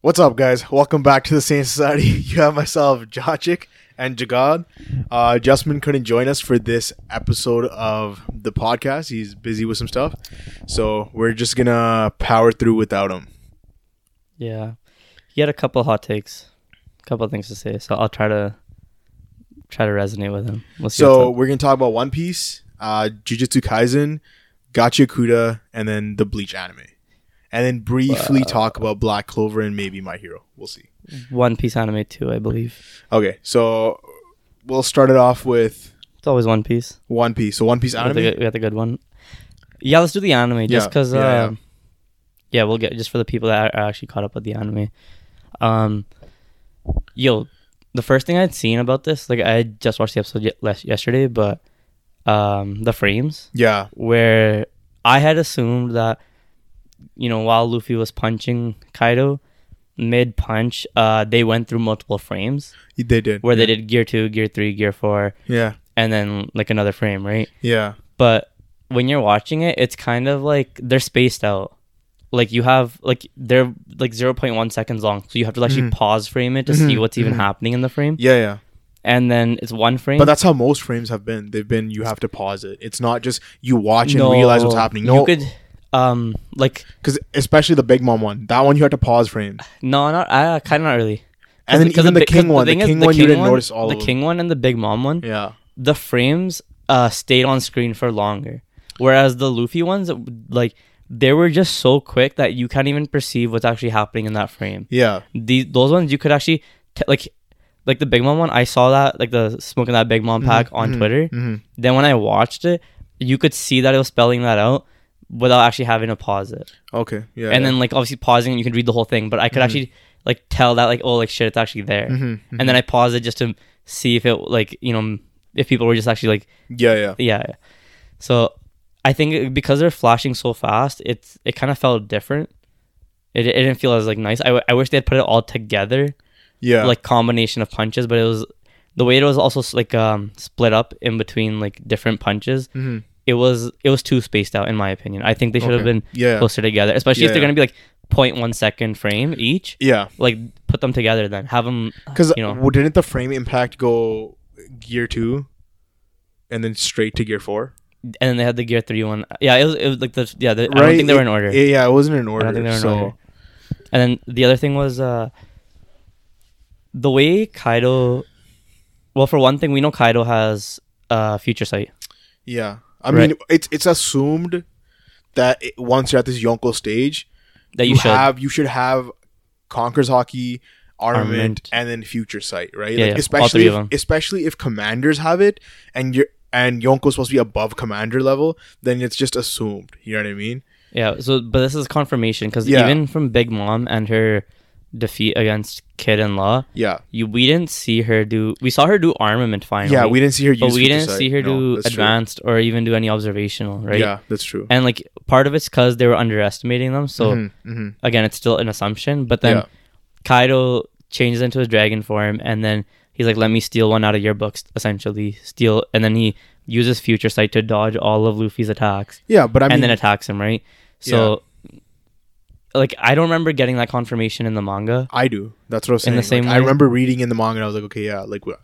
What's up, guys? Welcome back to the Saint Society. You have myself, Jachik, and Jagad. Uh, Justman couldn't join us for this episode of the podcast. He's busy with some stuff. So we're just going to power through without him. Yeah. He had a couple hot takes, a couple of things to say, so I'll try to try to resonate with him. We'll see So what's we're going to talk about One Piece, uh, Jujutsu Kaisen, Gotcha Kuda, and then the Bleach anime. And then briefly talk about Black Clover and maybe My Hero. We'll see. up. One Piece anime too, I believe. Okay, so we'll start it off with It's always One Piece. One Piece. So One Piece We got, the anime. good, we got the good one. Yeah, let's do the anime just Yeah, because. yeah, Yeah, yeah. yeah, we'll get just for the people that are actually caught up with the anime. Um, yo, the first thing I'd seen about this, like I had just watched the episode ye- les- yesterday, but um, the frames Yeah, where I had assumed that you know while Luffy was punching Kaido mid punch, uh, they went through multiple frames they did. where yeah. they did gear two, gear three, gear four, Yeah, and then like another frame, right? yeah, But when you're watching it, it's kind of like they're spaced out. Like you have like they're like 0.1 seconds long, so you have to actually Mhm. pause frame it to see Mhm, what's even mhm. happening in the frame, yeah, yeah. and then it's one frame. But that's how most frames have been. They've been you have to pause it. It's not just you watch and realize what's happening. No, you could um like because especially the Big Mom one, that one you had to pause frame, No, not uh, kind of not really. and then even the, bi- 'cause King one, the thing is, King one you didn't notice all the of King one and the Big Mom one. them. Yeah, The frames uh, stayed on screen for longer, whereas the Luffy ones, like they were just so quick that you can't even perceive what's actually happening in that frame. yeah, These those ones you could actually t- like, like the Big Mom one. I saw that like the smoking that Big Mom pack on Twitter. mhm. Then when I watched it, you could see that it was spelling that out without actually having to pause it okay, yeah, and then like obviously pausing you can read the whole thing but i Mm-hmm. could actually like tell that like oh like shit it's actually there and then i paused it just to see if it like you know if people were just actually like yeah, yeah, yeah yeah. so i think it- because they're flashing so fast it's it kind of felt different it, it didn't feel as like nice I, w- I wish they had put it all together yeah, like combination of punches but it was the way it was also s- like um split up in between like different punches Mhm. it was it was too spaced out in my opinion i think they should have Okay. been yeah, closer together, especially Yeah, if they're yeah. going to be like 0.1 second frame each. yeah. Like put them together then. Have them Because you know. didn't the frame impact go gear two, and then straight to gear four? and then they had the gear 3 one. Yeah, it was, it was like the yeah, the, I Right, don't think they were in order. Yeah, yeah, it wasn't in I order. don't think they were in so order. And then the other thing was uh the way Kaido well for one thing we know Kaido has uh future sight. yeah, I Right. mean it's it's assumed that it, once you're at this Yonko stage, That you, should have you should have conquerors hockey armament, Armament. and then future sight right Yeah, Like, yeah, all especially three of if- them. especially if commanders have it and you're and Yonko's supposed to be above commander level, then it's just assumed. You know what I mean? Yeah, so but this is confirmation cuz Yeah. even from Big Mom and her defeat against Kid and Law, Yeah, you we didn't see her do we saw her do armament finally. yeah. We didn't see her use. but we Future didn't Sight. see her No, do that's true. advanced or even do any observational, right? Yeah, that's true. And like part of it's because they were underestimating them. So Mhm, mhm. again, it's still an assumption. But then Yeah. Kaido changes into his dragon form, and then he's like, "Let me steal one out of your books," essentially steal. And then he uses future sight to dodge all of Luffy's attacks, yeah, but I mean, and then attacks him, right? So, like, I don't remember getting that confirmation in the manga. I do. That's what I was In saying. the same Like, I way? remember reading in the manga, and I was like, okay, yeah, like wha-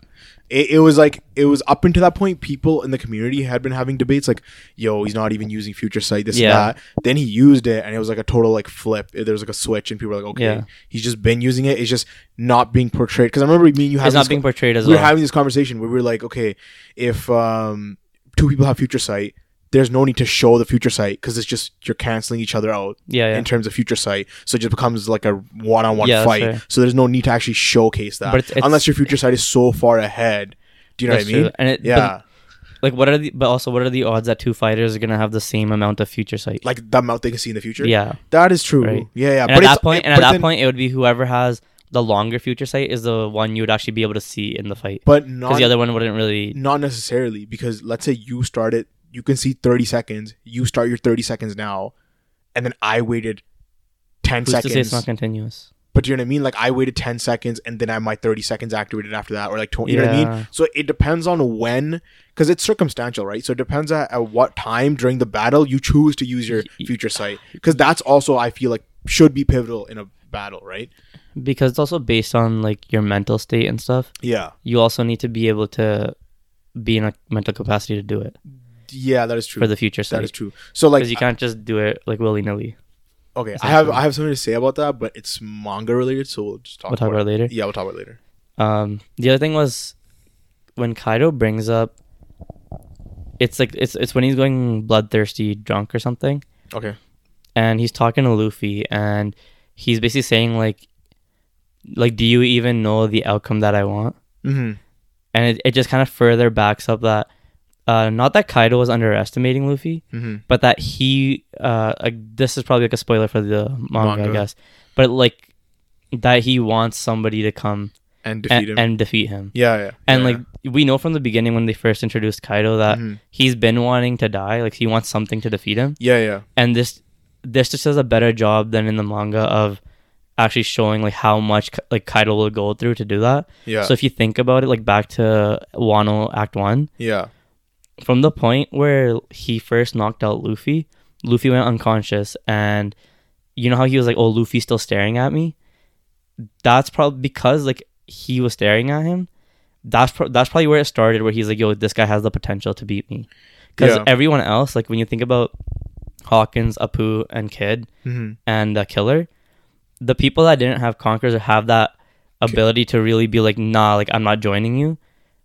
it, it was like it was up until that point. People in the community had been having debates like, yo, he's not even using future sight, this Yeah. and that. Then he used it, and it was like a total like flip. There was like a switch, and people were like, okay, Yeah. he's just been using it. It's just not being portrayed. Because I remember me and you It's having not this being co- portrayed as we were well. having this conversation where we were like, okay, if um two people have future sight. There's no need to show the future sight because it's just you're canceling each other out yeah, yeah. in terms of future sight. So it just becomes like a one on one Yeah, that's fight. fair. So there's no need to actually showcase that But it's- it's- unless your future sight is so far ahead. Do you know what I That's true. mean? And it, but Yeah. like what are the but also what are the odds that two fighters are gonna have the same amount of future sight like the amount they can see in the future. yeah That is true. Right. Yeah, yeah. and at it's- that point and Uh, but at that then- point it would be whoever has the longer future sight is the one you would actually be able to see in the fight but because not the other one wouldn't really not necessarily because let's say you started, you can see 30 seconds. You start your 30 seconds now, and then I waited 10 who's to seconds. say it's not continuous But do you know what I mean? Like I waited 10 seconds and then I my 30 seconds activated after that, or like 20. You know what I Yeah. mean? So it depends on when, because it's circumstantial, right? So it depends at, at what time during the battle you choose to use your future sight, because that's also I feel like should be pivotal in a battle, right? because it's also based on like your mental state and stuff. Yeah, You also need to be able to be in a mental capacity to do it yeah, that is for true. the future that sake. is true. So like, uh, Because you can't just do it like willy nilly. okay, I have Exactly. I have something to say about that, but it's manga related, so we'll just talk. We'll talk about, about it later. it. Yeah, we'll talk about it later. Um, the other thing was when Kaido brings up, it's like it's it's when he's going bloodthirsty drunk or something, Okay. and he's talking to Luffy, and he's basically saying like, like, do you even know the outcome that I want? Mm-hmm. And it, it just kind of further backs up that, uh, not that Kaido was underestimating Luffy, Mm-hmm. but that he, uh, like, this is probably like a spoiler for the manga, Manga. I guess, but like that he wants somebody to come And defeat and him. and defeat him. yeah, yeah. And yeah. like we know from the beginning when they first introduced Kaido that Mhm. he's been wanting to die, like he wants something to defeat him. yeah, yeah, And this this just does a better job than in the manga of actually showing like how much K- like Kaido will go through to do that. yeah, So if you think about it, like back to Wano Act One, yeah, from the point where he first knocked out Luffy, Luffy went unconscious, and you know how he was like, "Oh, Luffy's still staring at me." That's probably because like he was staring at him. That's pro- that's probably where it started, where he's like, "Yo, this guy has the potential to beat me," because Yeah. everyone else, like when you think about Hawkins, Apu, and Kid, mm-hmm. and uh, Killer, the people that didn't have Conquerors or have that ability to really be like, "Nah, like I'm not joining you,"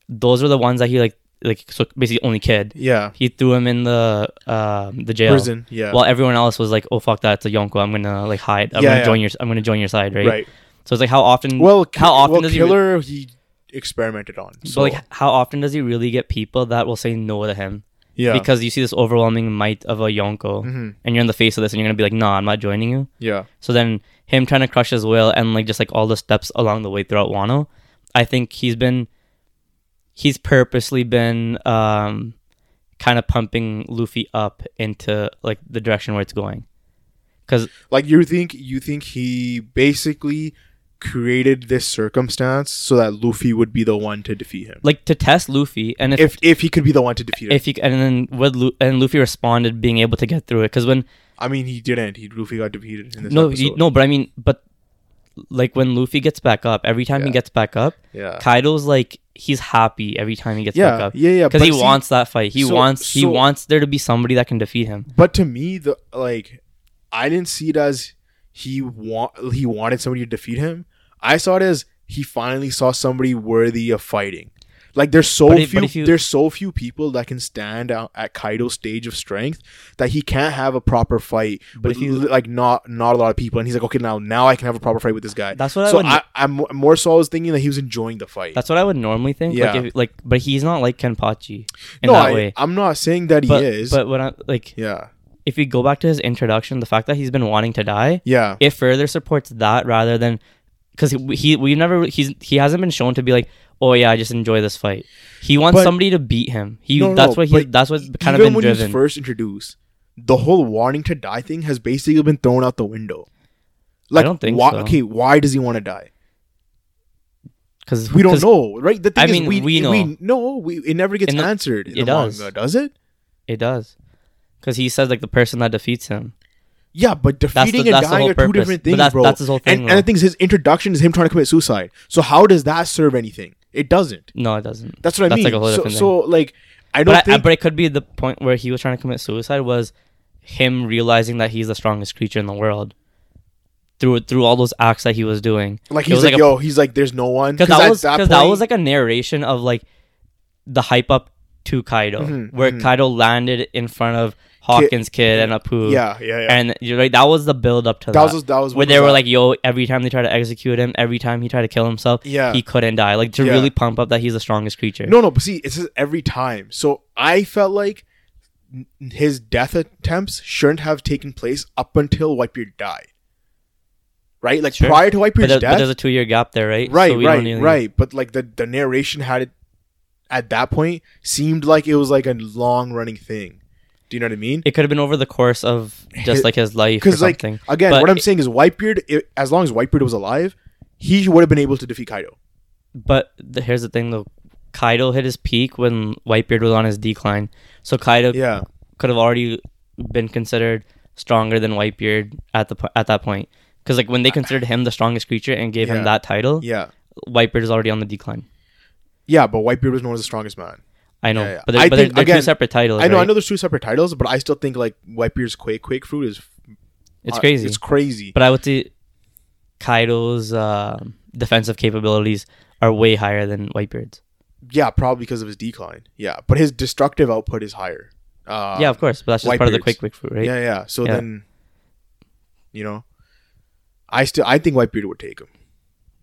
those are the ones that he like like so basically only Kid yeah. he threw him in the um the jail. Prison. Yeah. While everyone else was like, "Oh fuck that, it's a yonko. I'm gonna like hide. I'm Yeah, gonna yeah. join your. I'm gonna join your side, right?" right. So it's like, how often? Well, ki- how often well, does he? Re- killer he experimented on. but, So like, how often does he really get people that will say no to him yeah, because you see this overwhelming might of a yonko, Mhm. and you're in the face of this, and you're gonna be like, "Nah, I'm not joining you." yeah, So then him trying to crush his will and like just like all the steps along the way throughout Wano, I think he's been he's purposely been um kind of pumping Luffy up into like the direction where it's going. Cuz like you think you think he basically created this circumstance so that Luffy would be the one to defeat him. like to test Luffy and if If if he could be the one to defeat him, if he and then with Lu- and Luffy responded being able to get through it cuz when I mean he didn't. He Luffy got defeated in this no episode. you- no but I mean but like when Luffy gets back up every time he Yeah. gets back up yeah, Kaido's like he's happy every time he gets back yeah, up. yeah, yeah. because he but see- wants that fight. He so- wants he so- wants there to be somebody that can defeat him. But to me, the like, I didn't see it as he want he wanted somebody to defeat him. I saw it as he finally saw somebody worthy of fighting. Like there's so But if- few but if you- there's so few people that can stand out at Kaido's stage of strength that he can't have a proper fight But with if you- like not not a lot of people and he's like okay now now I can have a proper fight with this guy. That's what I so would- I, I'm mo- more so I was thinking that he was enjoying the fight. That's what I would normally think. Yeah. Like, if, like, but he's not like Kenpachi in no, that I, way. I'm not saying that But, he is. but when I like, yeah, if you go back to his introduction, the fact that he's been wanting to die, yeah, it further supports that rather than because he, he we never he's he hasn't been shown to be like, oh yeah, I just enjoy this fight. He wants But- somebody to beat him. He No, no, that's no, what he but that's what's kind of E- even been when he driven. was first introduced, the whole wanting to die thing has basically been thrown out the window. Like, don't think why, so. Okay, why does he want to die? Because We don't know, right? The thing I is, mean, we we know. no, we, it never gets In the- answered. In it the does. manga, does it? it does. Because he says like the person that defeats him. Yeah, but defeating that's the and dying whole are two purpose. different But things, that's- bro. that's his whole thing, And, and the though. thing is, his introduction is him trying to commit suicide. So how does that serve anything? It doesn't. No, it doesn't. That's what I That's mean. like a whole so, different thing. so, like, I don't but, I, think. but it could be the point where he was trying to commit suicide was him realizing that he's the strongest creature in the world through through all those acts that he was doing. like it he's was like, like a- yo, he's like, there's no one. Because that at was because that point- was like a narration of like the hype up to Kaido, Mhm, where mhm. Kaido landed in front of Hawkins kid and Apu. yeah, yeah, yeah. and you're right. That was the build up to that. that was that was where what they was were that? like, "Yo!" Every time they tried to execute him, every time he tried to kill himself, Yeah. he couldn't die. Like to Yeah. really pump up that he's the strongest creature. No, no, but see, it says every time. So I felt like n- his death attempts shouldn't have taken place up until Whitebeard died. Right? Like Sure. prior to but, Whitebeard's there- but death. there's a two year gap there, right? right, So we don't right, really- right. But like the, the narration had it at that point seemed like it was like a long running thing. Do you know what I mean? It could have been over the course of just like his life or Because like something. again, But what I'm it- saying is Whitebeard, i as long as Whitebeard was alive, he would have been able to defeat Kaido. but the, here's the thing though. Kaido hit his peak when Whitebeard was on his decline. So Kaido Yeah, could have already been considered stronger than Whitebeard at the po- at that point. Because like when they considered him the strongest creature and gave Yeah. him that title, Yeah. Whitebeard is already on the decline. Yeah, but Whitebeard was known as the strongest man. I know, Yeah, yeah. but they're, I but they're, think, they're again, two separate titles. I know, I right? know there's two separate titles, but I still think like Whitebeard's Quake Quake Fruit is It's uh, crazy. It's crazy. but I would say Kaido's um defensive capabilities are way higher than Whitebeard's. yeah, probably because of his decline. Yeah, but his destructive output is higher. Uh, yeah, of course, but that's just part of the Whitebeard's. quick quick fruit, right? Yeah, yeah. So Yeah. then, you know, I still I think Whitebeard would take him.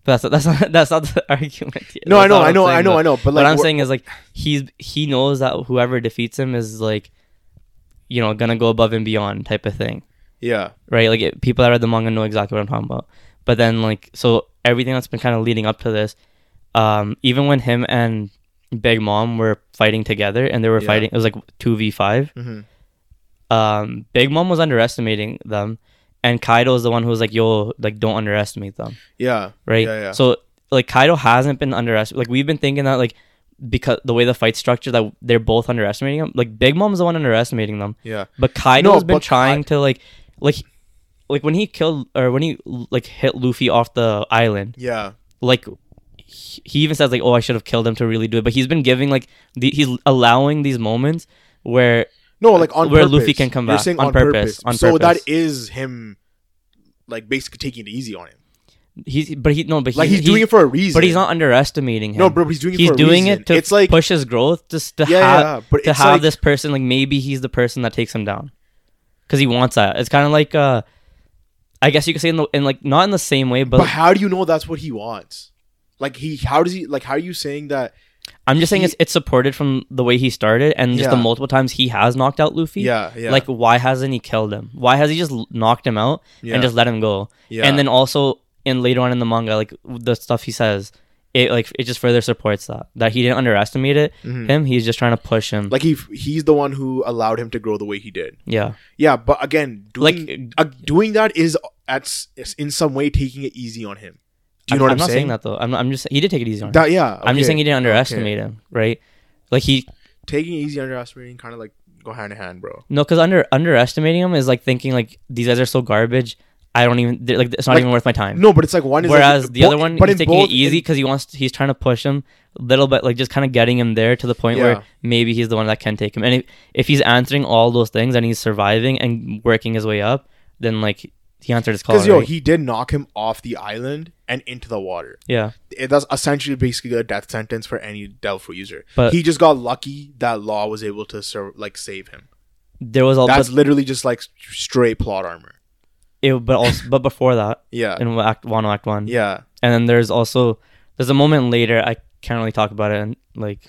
But that's that's not that's not the argument. here. No, I That's know, not what I I'm know, saying, I know, though. I know. But like, what I'm we're- saying is like he's he knows that whoever defeats him is like, you know, gonna go above and beyond type of thing, yeah, right? Like it, people that read the manga know exactly what I'm talking about. But then like so everything that's been kind of leading up to this, um, even when him and Big Mom were fighting together and they were Yeah. fighting, it was like two v five. hmm Um, Big Mom was underestimating them, and Kaido is the one who was like, "Yo, like don't underestimate them." yeah, right? Yeah, yeah. So like Kaido hasn't been underestimated. Like we've been thinking that like because the way the fight structure that they're both underestimating him. Like Big Mom's the one underestimating them, yeah, but Kaido's No, been but trying to like like like when he killed or when he like hit Luffy off the island. yeah, Like he he even says like oh I should have killed him to really do it, but he's been giving like the, he's allowing these moments where No, like on Where purpose. Luffy can come You're back. saying On purpose, on so purpose. that is him, like basically taking it easy on him. he's but he no but he, Like he's doing it for a reason. but he's not underestimating him. No, bro, but he's doing it he's for a doing reason. it to It's like- push his growth, just to Yeah, yeah, have yeah, but to it's have like- this person like maybe he's the person that takes him down because he wants that. It's kind of like uh, I guess you could say in the in like not in the same way, But, but, how do you know that's what he wants? Like he, how does he? Like how are you saying that? I'm just saying he- it's it's supported from the way he started and just the Yeah. multiple times he has knocked out Luffy. Yeah, yeah. Like why hasn't he killed him? Why has he just l- knocked him out Yeah. and just let him go? Yeah. And then also in later on in the manga, like the stuff he says. It like it just further supports that that he didn't underestimate it him. He's just trying to push him. Mm-hmm. Like he, he's the one who allowed him to grow the way he did. yeah. Yeah, but again, doing, Like, uh, doing that is at s- is in some way taking it easy on him. Do you know what I'm, I'm I'm, not saying? saying? that though. I'm, not, I'm just he did take it easy on. him. That- yeah, I'm okay. just saying he didn't underestimate him, right? Like he taking it easy, underestimating, kind of like go hand in hand, bro. no, because under underestimating him is like thinking like these guys are so garbage. I don't even they're, like it's not Like, even worth my time. No, but it's like one is like- Whereas the bo- other one, but he's in taking both- it easy because he wants he's trying to push him a little bit, like just kind of getting him there to the point Yeah. where maybe he's the one that can take him. And if, if he's answering all those things and he's surviving and working his way up, then like he answered his call. Because yo, right? he did knock him off the island and into the water. yeah, It- That's essentially basically a death sentence for any Del Fruit user. But- he just got lucky that Law was able to serve, like save him. there was all That's but, literally just like straight plot armor. it, but also but before that Yeah, in Act One, Act One, yeah, And then there's also there's a moment later I can't really talk about it and like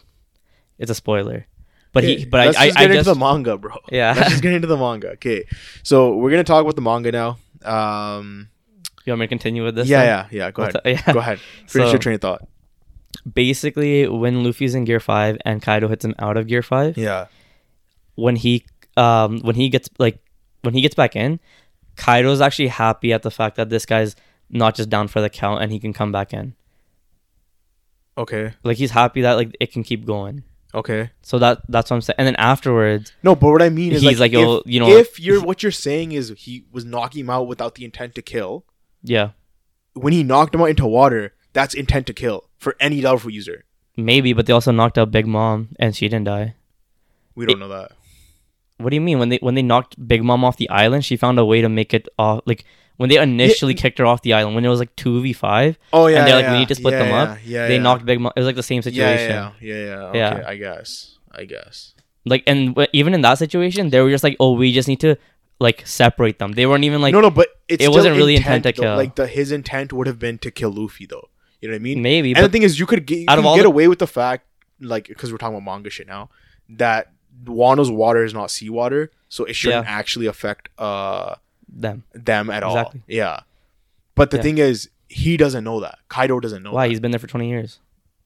it's a spoiler. But Okay, he but let's I I, just I get into just the manga, bro. Yeah. let's just get into the manga. Okay, so we're gonna talk about the manga now. Um, you want me to continue with this? yeah, then? yeah, yeah. Go With ahead. the- yeah. Go ahead. Finish So- your train of thought. Basically, when Luffy's in Gear Five and Kaido hits him out of Gear Five, Yeah, when he um when he gets like when he gets back in, Kaido's actually happy at the fact that this guy's not just down for the count and he can come back in. okay, Like he's happy that like it can keep going. okay. So that that's what I'm saying. And then afterwards, No, but what I mean is He's like, yo, if, you know- if you're what you're saying is he was knocking him out without the intent to kill. yeah, When he knocked him out into water, that's intent to kill for any doubtful user. maybe. But they also knocked out Big Mom and she didn't die. We don't know that. What do you mean when they when they knocked Big Mom off the island? She found a way to make it off. Like when they initially kicked her off the island, when it was like two v five, Oh yeah, and they're yeah, like, yeah, "We need to split yeah, them yeah, up." Yeah, they yeah. knocked Big Mom. It was like the same Yeah, situation. yeah, yeah, yeah, yeah. Okay, Yeah. I guess. I guess. Like and w- even in that situation, they were just like, "Oh, we just need to like separate them." They weren't even like no, no, but it's it still wasn't really intent to though. kill. Like the his intent would have been to kill Luffy, though. You know what I mean? maybe, and the but thing is, you could get, you out of could all get the- away with the fact, like, because we're talking about manga shit now, that Wano's water is not seawater, so it shouldn't actually affect uh them. them at Exactly. all. Yeah. But the Yeah. thing is, he doesn't know that. Kaido doesn't know. Why That. he's been there for twenty years?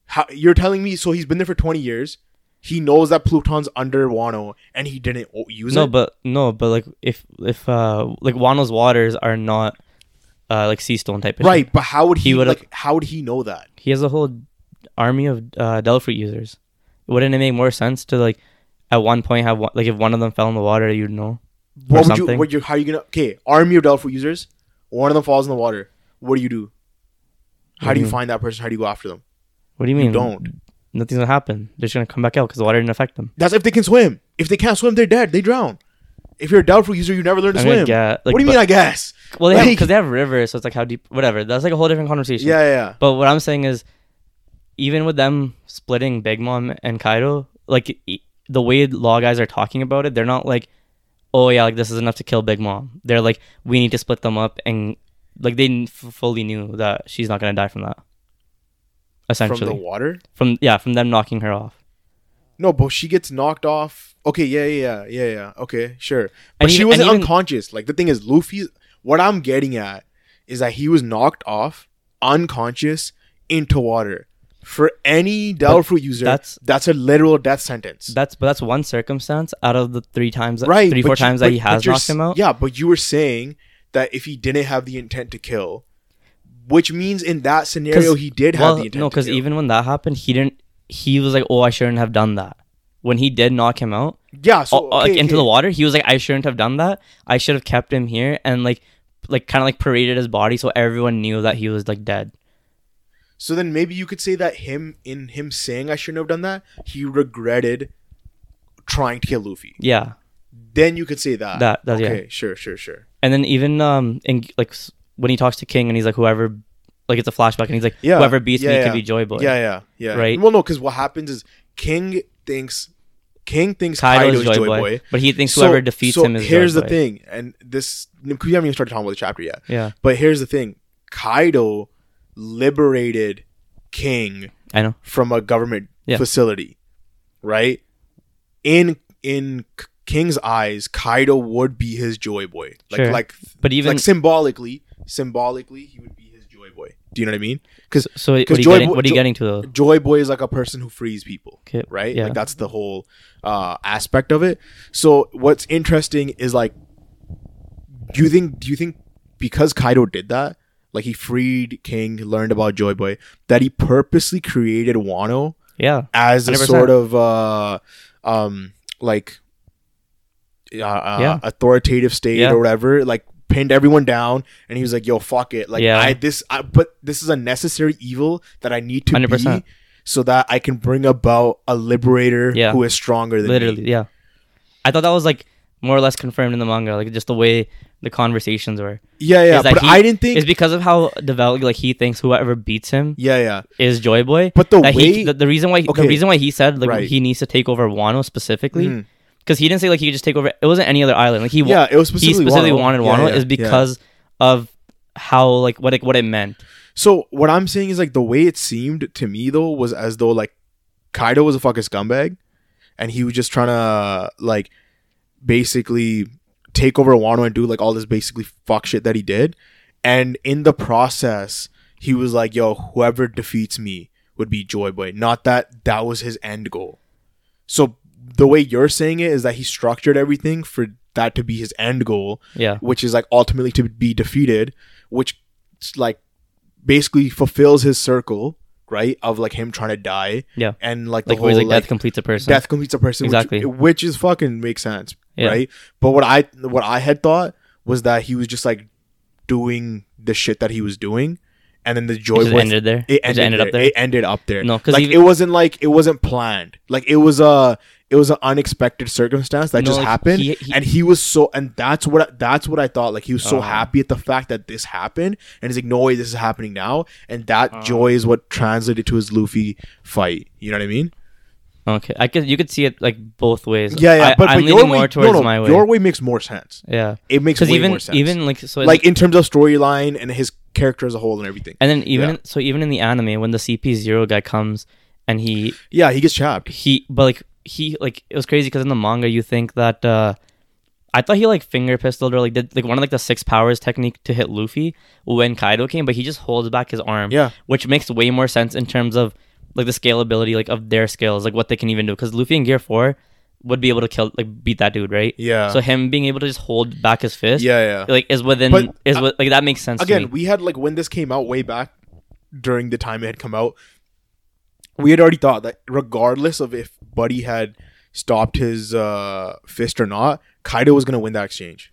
How, you're telling me? So he's been there for 20 years. He knows that Pluton's under Wano, and he didn't o- use no, it. but no, but like if if uh like Wano's waters are not uh like sea stone type of shit. right, but how would he, He would've- like? How would he know that? he has a whole army of uh, Delphi users. Wouldn't it make more sense to like at one point have one, like if one of them fell in the water, you'd know? What would you? something. What you? How are you gonna? Okay, army of doubtful users. One of them falls in the water. What do you do? How What do do you you- find that person? How do you go after them? What do you You Mm-hmm. mean? don't. Nothing's gonna happen. They're just gonna come back out because the water didn't affect them. That's if they can swim. If they can't swim, they're dead. They drown. If you're a doubtful user, you never learn to I mean, I swim. get- like, what do you but- mean? I guess. Well, they Like- because they have rivers, so it's like how deep. Whatever. That's like a whole different conversation. Yeah, yeah, yeah. But what I'm saying is, even with them splitting Big Mom and Kaido, like e- the way law guys are talking about it, they're not like, oh yeah, like this is enough to kill Big Mom. They're like, we need to split them up, and like they n- f- fully knew that she's not gonna die from that. From Essentially, the water. from yeah, from them knocking her off. No, but she gets knocked off. Okay, yeah, yeah, yeah, yeah, yeah. Okay, sure. But And she even- wasn't and even- unconscious. Like the thing is, Luffy. What I'm getting at is that he was knocked off, unconscious, into water. For any doubtful user, that's that's- that's a literal death sentence. That's but that's one circumstance out of the three times, that- right, three but four you- times but- that he but has you're knocked s- him out. Yeah, but you were saying that if he didn't have the intent to kill, which means in that scenario 'Cause- he did have well, the intent. no, because because even when that happened, he didn't. He was like, "Oh, I shouldn't have done that." When he did knock him out, yeah, so uh, like okay, into the okay. water, he was like, "I shouldn't have done that. I should have kept him here and like, like kind of like paraded his body so everyone knew that he was like dead." So then maybe you could say that him in him saying I shouldn't have done that, he regretted trying to kill Luffy. Yeah, Then you could say that. That- that- yeah. okay, sure, sure, sure. and then even um, in like s- when he talks to King and he's like, "Whoever," like it's a flashback and he's like, Yeah, "Whoever beats me yeah, can yeah. be Joy Boy." Yeah, yeah, yeah. Right. Well, no, because what happens is King thinks King thinks Kaido Kaido is Joy, Boy, but he thinks whoever defeats him is here's Joy the Boy. thing, and this because we haven't even started talking about the chapter yet. Yeah, But here's the thing: Kaido liberated King I know. from a government Yeah. facility, right? In in K- King's eyes, Kaido would be his joy boy. Like Sure. like But even like symbolically, symbolically he would be his joy boy. Do you know what I mean? Cuz so, what 'cause are you Joy getting? Boy- what are you Jo- getting to though? joy boy is like a person who frees people, Okay, right? Yeah. Like that's the whole uh aspect of it. So what's interesting is like do you think do you think because Kaido did that, like he freed King, learned about Joy Boy, that he purposely created Wano yeah, as a 100%. sort of uh um like uh, uh, Yeah. authoritative state Yeah. or whatever like pinned everyone down and he was like yo fuck it like Yeah. i this i but this is a necessary evil that i need to be 100%. so that i can bring about a liberator Yeah. who is stronger than literally me. yeah i thought that was like more or less confirmed in the manga like just the way the conversations were yeah yeah Is that but he- i didn't it's think because of how developed like he thinks whoever beats him yeah yeah is joy boy but the that way he, the, the reason why okay. the reason why he said like Right. he needs to take over wano specifically Mhm. because he didn't say like he could just take over it wasn't any other island like he wa- yeah it was specifically he specifically Wano. wanted Yeah, wano yeah, is yeah. because of how like what it, what it meant So what I'm saying is like the way it seemed to me though was as though like Kaido was a fucking scumbag, and he was just trying to like basically take over Wano and do like all this basically fuck shit that he did, and in the process he was like, "Yo, whoever defeats me would be Joy Boy." Not that that was his end goal. So the way you're saying it is that he structured everything for that to be his end goal, yeah which is like ultimately to be defeated, which like basically fulfills his circle, right? Of like him trying to die. Yeah. And like the like whole where he's like, like, death completes a person death completes a person, Exactly. which, which is fucking makes sense, Yeah. right? But what I what I had thought was that he was just like doing the shit that he was doing, and then the it joy just was ended there it just ended, ended there. up there It ended up there. No, 'cause like even- it wasn't like it wasn't planned. Like it was a it was an unexpected circumstance that No, just like, happened, he- he- and he was so and that's what that's what I thought. Like he was so Uh. happy at the fact that this happened, and he's like, no way, this is happening now, and that joy is what translated to his Luffy fight. You know what I mean? okay i could you could see it like both ways Yeah, yeah. I, but, i'm but your leaning way, more no, towards no, my way Your way makes more sense. yeah It makes way because even more sense. even like so like in terms of storyline and his character as a whole and everything. and then even yeah. so even in the anime when the CP zero guy comes and he Yeah, he gets chapped. he but like he like it was crazy because in the manga you think that uh I thought he like finger pistoled or like did like one of like the six powers technique to hit Luffy when Kaido came, but he just holds back his arm, Yeah. which makes way more sense in terms of like the scalability like of their skills, like what they can even do. Because Luffy in Gear Four would be able to kill like beat that dude, right? Yeah. So him being able to just hold back his fist, yeah, yeah. like is within But, is what like that makes sense again To me. we had like when this came out way back during the time it had come out we had already thought that regardless of if buddy had stopped his uh fist or not kaido was gonna win that exchange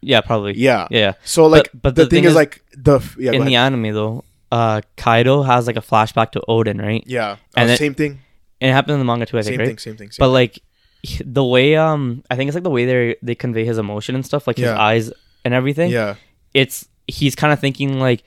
Yeah, probably. Yeah. Yeah. So like, but the, the thing, thing is, is- like the f- yeah, go In ahead. the anime though, uh Kaido has like a flashback to Odin, right? yeah, and Uh, it- same thing, And it happened in the manga too, I think, same right? thing, same thing, same but like the way um I think it's like the way they they convey his emotion and stuff, like his Yeah. eyes and everything. thing. yeah, It's he's kind of thinking like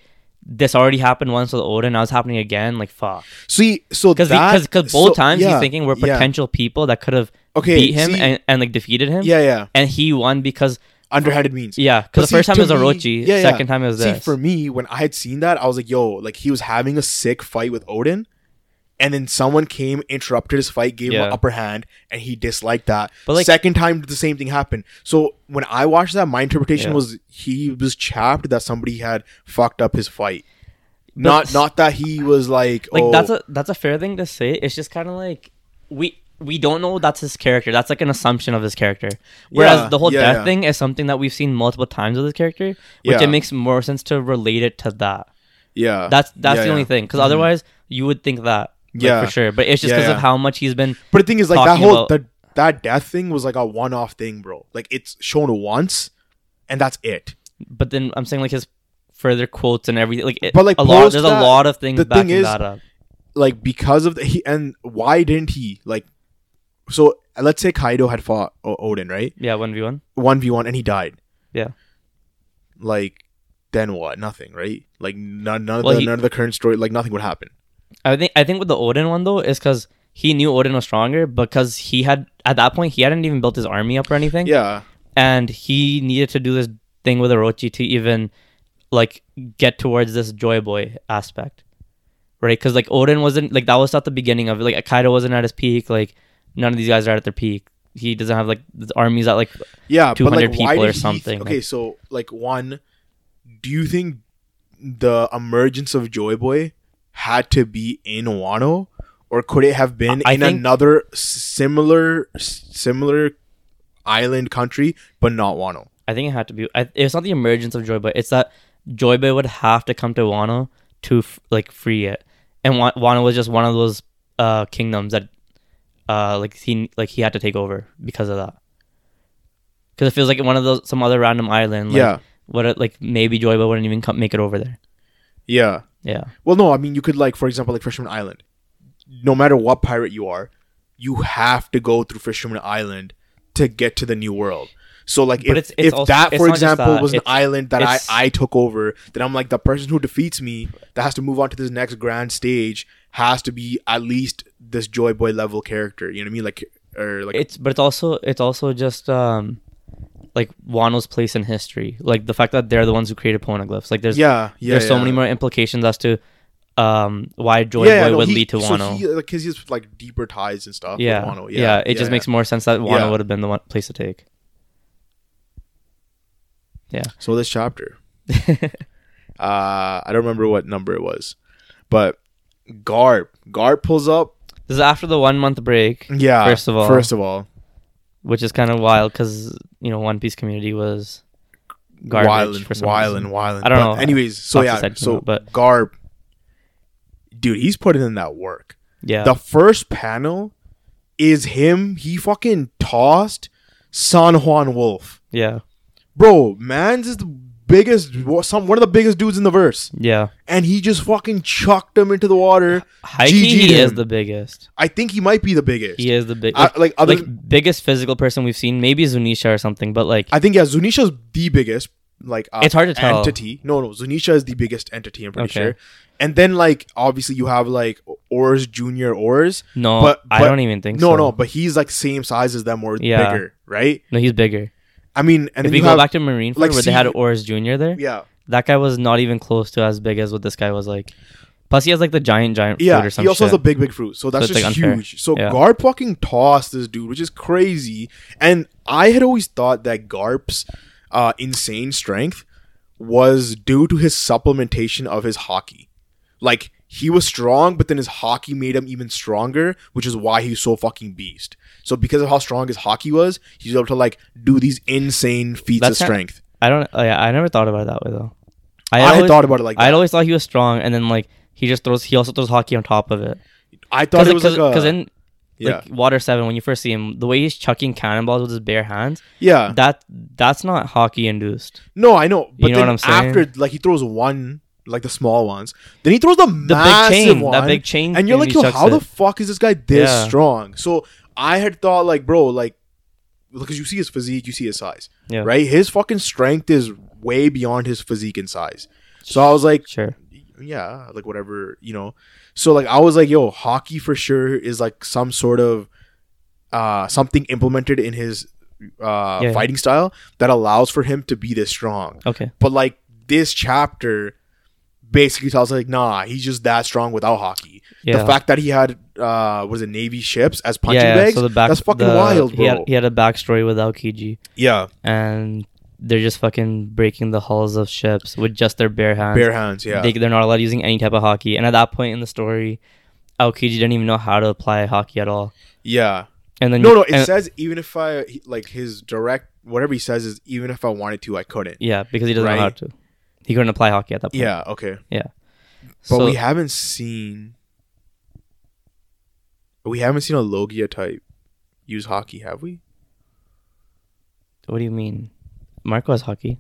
this already happened once with Odin, now it's happening again. Like fuck, See, so because that- because both so- times yeah, he's thinking we're yeah. potential people that could have Okay, beat him see- and, and like defeated him. Yeah, yeah, and he won because underhanded means. yeah, But because the see, first time to it was me- Orochi, yeah, yeah. second time it was See, this. for me, when I had seen that, I was like, "Yo, like he was having a sick fight with Odin." And then someone came, interrupted his fight, gave him an Yeah. upper hand, and he disliked that. But, like- second time, the same thing happened. So when I watched that, my interpretation Yeah. was he was chapped that somebody had fucked up his fight, not not that he was like, like oh, that's a that's a fair thing to say. It's just kind of like we we don't know that's his character. That's like an assumption of his character. Whereas Yeah, the whole yeah, death yeah. thing is something that we've seen multiple times with his character, which Yeah. it makes more sense to relate it to that. yeah, That's that's Yeah, the only yeah. thing. Because otherwise, you would think that. like, Yeah. for sure. But it's just Yeah, because yeah. of how much he's been. But the thing is, like that talking whole about- that that death thing was like a one-off thing, bro. Like it's shown once, and that's it. But then I'm saying like his further quotes and everything. Like, it, But, like, a lot. post There's that- a lot of things the thing backing is- that up. Like because of the he and why didn't he like? So let's say Kaido had fought o- Odin, right? Yeah, one v one. One v one, and he died. Yeah. Like, then what? Nothing, right? Like none, none of Well, the he- none of the current story, like nothing would happen. I think I think with the Odin one though is because he knew Odin was stronger because he had at that point he hadn't even built his army up or anything, Yeah, and he needed to do this thing with Orochi to even like get towards this Joy Boy aspect, right? Because like Odin wasn't like that was not the beginning of it. Like Kaido wasn't at his peak. Like none of these guys are at their peak. He doesn't have like the armies that like yeah. But like, 200 why people did or he- something, okay, like- so like one, do you think the emergence of Joy Boy had to be in Wano, or could it have been I- I in think- another s- similar s- similar island country, but not Wano? I think it had to be. I, it's not the emergence of Joy Boy. It's that Joy Boy would have to come to Wano to f- like free it, and Wa- Wano was just one of those uh, kingdoms that uh, like he like he had to take over because of that. Because it feels like one of those some other random island. Like, Yeah. What it- like maybe Joy Boy wouldn't even come, make it over there. Yeah. Yeah. Well, no, I mean you could like, for example, like Fisherman Island. No matter what pirate you are, you have to go through Fisherman Island to get to the New World. So like if, But it's- it's if also- that, it's for not just example, that. was an It's- island that I, it's- I took over, then I'm like the person who defeats me that has to move on to this next grand stage has to be at least this Joy Boy level character. You know what I mean? Like or like It's but it's also it's also just um like Wano's place in history. Like the fact that they're the ones who created poneglyphs. Like there's yeah, yeah. there's so yeah. many more implications as to um why Joy Yeah, yeah, Boy no, would he- lead to so Wano. he- like, 'cause he has like deeper ties and stuff. with yeah. Wano. yeah, It just yeah. makes more sense that Wano Yeah. would have been the one place to take. So this chapter, uh, I don't remember what number it was, but Garp, Garp pulls up. This is after the one month break, Yeah. First of all. first of all, which is kind of wild because you know One Piece community was garbage Wyland, for some Wyland, reason. Wyland. I don't But know. Anyways, so Fox yeah, decided to so know, but- Garp, dude, he's putting in that work. Yeah, The first panel is him. He fucking tossed San Juan Wolf, yeah, bro. Man's is the biggest, some one of the biggest dudes in the verse, yeah. and he just fucking chucked him into the water. Heike, GG'd he is him. the biggest. I think he might be the biggest. He is the big, I- like, like other, like, biggest physical person we've seen. Maybe Zunisha or something, but like I think yeah, Zunisha's the biggest like uh, It's hard to tell. entity. No, no, Zunisha is the biggest entity. I'm pretty Okay. sure. And then like obviously you have like Ors Junior Ors. no, but- I but- don't even think No, so. no, but he's like same size as them or Yeah. bigger, right? no, he's bigger. I mean, and then If we you go have, back to Marineford, like, where see- they had Ors Junior there, yeah, That guy was not even close to as big as what this guy was like. Plus, he has like the giant, giant yeah. fruit or He some also has shit. a big, big fruit, so that's it's, just like, unfair. huge. So Yeah. Garp fucking tossed this dude, which is crazy. And I had always thought that Garp's uh, insane strength was due to his supplementation of his hockey. like he was strong, but then his hockey made him even stronger, which is why he's so fucking beast. So because of how strong his hockey was, he's able to like do these insane feats That's of kinda- strength. I don't. oh, yeah, I never thought about it that way though. I, I, had always, thought about it like I'd that. always thought he was strong, and then like he just throws. He also throws hockey on top of it. I thought Because it was like a in Yeah. Like Water Seven, when you first see him, the way he's chucking cannonballs with his bare hands, yeah. that that's not hockey induced. No, I know. But know then what I'm saying? after, like, he throws one, like the small ones. Then he throws the, The massive big chain, one. that big chain, and you're thing like, he yo, chucks how the it. fuck is this guy this Yeah. strong? So I had thought, like, bro, like, because you see his physique, you see his size, Yeah. right? His fucking strength is way beyond his physique and size. So I was like, sure. yeah, like whatever, you know. So like I was like, yo, hockey for sure is like some sort of uh something implemented in his uh Yeah. fighting style that allows for him to be this strong. Okay. But like this chapter basically tells like, nah, he's just that strong without hockey. Yeah. The fact that he had uh was it Navy ships as punching yeah, yeah, bags? so the back, that's fucking the- wild, bro. He had, he had a backstory with Aokiji, yeah. and they're just fucking breaking the hulls of ships with just their bare hands. Bare hands, yeah. They, they're not allowed using any type of hockey. And at that point in the story, Aokiji didn't even know how to apply hockey at all. yeah. And then No, no, it and- says even if I he- like his direct whatever he says is even if I wanted to, I couldn't. yeah, because he doesn't know how Right. to. He couldn't apply hockey at that point. Yeah, okay. But so, we haven't seen we haven't seen a Logia type use hockey, have we? what do you mean? Marco has hockey,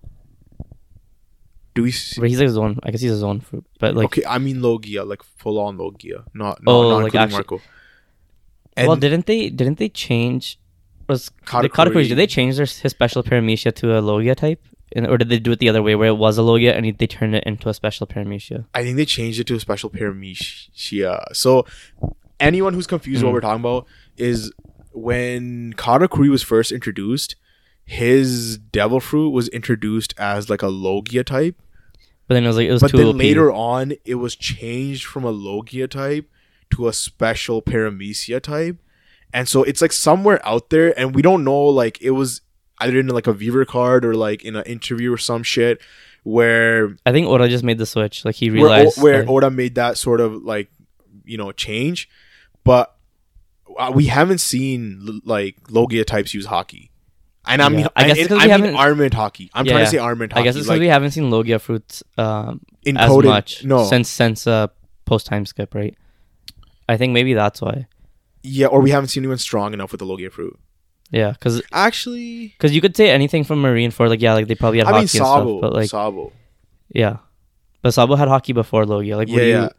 Do we see, but he's like his own. I guess he's his own fruit, but like Okay, I mean Logia, like full on Logia, not not, Oh, not like including actually- Marco. And well, didn't they didn't they change? Was Katakuri- the Katakuri, did they change their, his special paramecia to a logia type, and, or did they do it the other way, where it was a logia and they turned it into a special paramecia? I think they changed it to a special paramecia. So anyone who's confused what Mm. we're talking about is when Katakuri was first introduced, his devil fruit was introduced as like a Logia type. But then it was like it was but too then OP. later on it was changed from a logia type to a special paramecia type and so it's like somewhere out there and we don't know like it was either in like a viewer card or like in an interview or some shit where I think Oda just made the switch. Like he where, O- realized where like, oda made that sort of like you know change but uh, we haven't seen l- like logia types use hockey and I Yeah. mean, I guess and- it's and 'cause I we mean haven't- armament hockey. I'm Yeah, trying yeah. to say armament hockey. I guess it's because like, we haven't seen logia fruits um, as encoded. much No, since since uh, post time skip, right? I think maybe that's why. yeah, or we haven't seen anyone strong enough with the logia fruit. Yeah, because Actually, you could say anything from Marine for like yeah, like they probably had I hockey mean and Sabo, stuff, but like Sabo. Yeah. But Sabo had hockey before Logia. Like, Yeah, were you, yeah.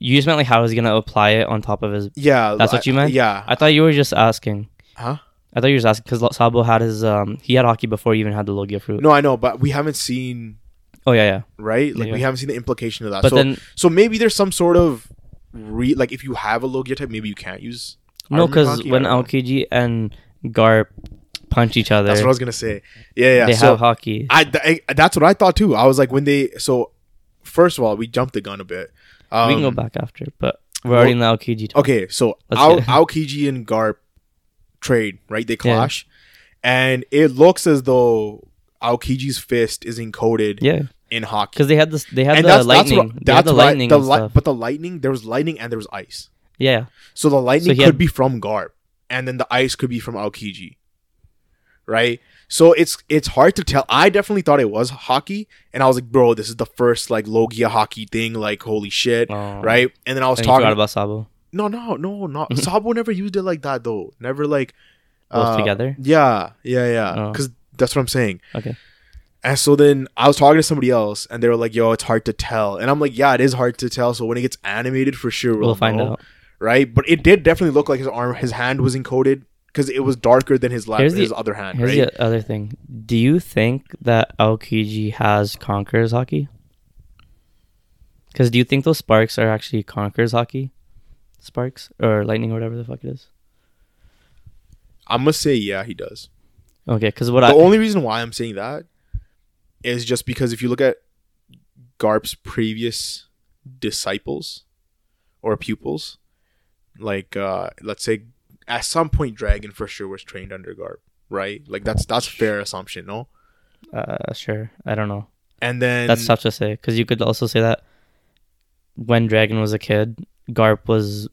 you just meant like how he's gonna apply it on top of his. Yeah, That's what you meant? Yeah, I thought you were just asking. huh? I thought you were just asking because Sabo had his um he had hockey before he even had the Logia fruit. No, I know, but we haven't seen Oh yeah, yeah. right. Like Yeah. we haven't seen the implication of that. But so, then so maybe there's some sort of re like if you have a logia type, maybe you can't use. Ironman no, because hockey, I when don't know. Aokiji and Garp punch each other, that's what I was gonna say. Yeah, yeah. they so have hockey. I, th- I- that's what I thought too. I was like, when they so first of all, we jumped the gun a bit. Um, we can go back after, but we're already in the Aokiji. Talk. Okay, so Let's Ao- get- Aokiji and Garp trade, right? They Yeah. clash, and it looks as though Aokiji's fist is encoded Yeah, in hockey. because they had this. They had oh, And the that's that's lightning. what they had that's the what I- lightning the and li- stuff. but the lightning there was lightning and there was ice, yeah, so the lightning he could had- be from Garp, and then the ice could be from Aokiji, right? So it's it's hard to tell. I definitely thought it was hockey, and I was like, bro, this is the first like Logia hockey thing. Like, holy shit, Oh. right? And then I was and he talking forgot about Sabo no, no, no, Mm-hmm. not Sabo never used it like that though. Never like both uh, together. Yeah, yeah, yeah. Oh. Because that's what I'm saying. Okay. And so then I was talking to somebody else, and they were like, "Yo, it's hard to tell." And I'm like, "Yeah, it is hard to tell." So when it gets animated, for sure we'll, We'll find know, out. right? But it did definitely look like his arm, his hand was encoded because it was darker than his left, Here's the- his other hand, Here's right? the other thing. Do you think that Aokiji has Conqueror's hockey? Because do you think those sparks are actually Conqueror's hockey? Sparks? Or lightning or whatever the fuck it is? I'm gonna say, yeah, he does. Okay, because what I. the only reason why I'm saying that is just because if you look at Garp's previous disciples or pupils, like uh let's say at some point Dragon for sure was trained under Garp, right? Like that's that's fair assumption, no? uh, sure. I don't know. And then That's tough to say. Because you could also say that when Dragon was a kid, Garp was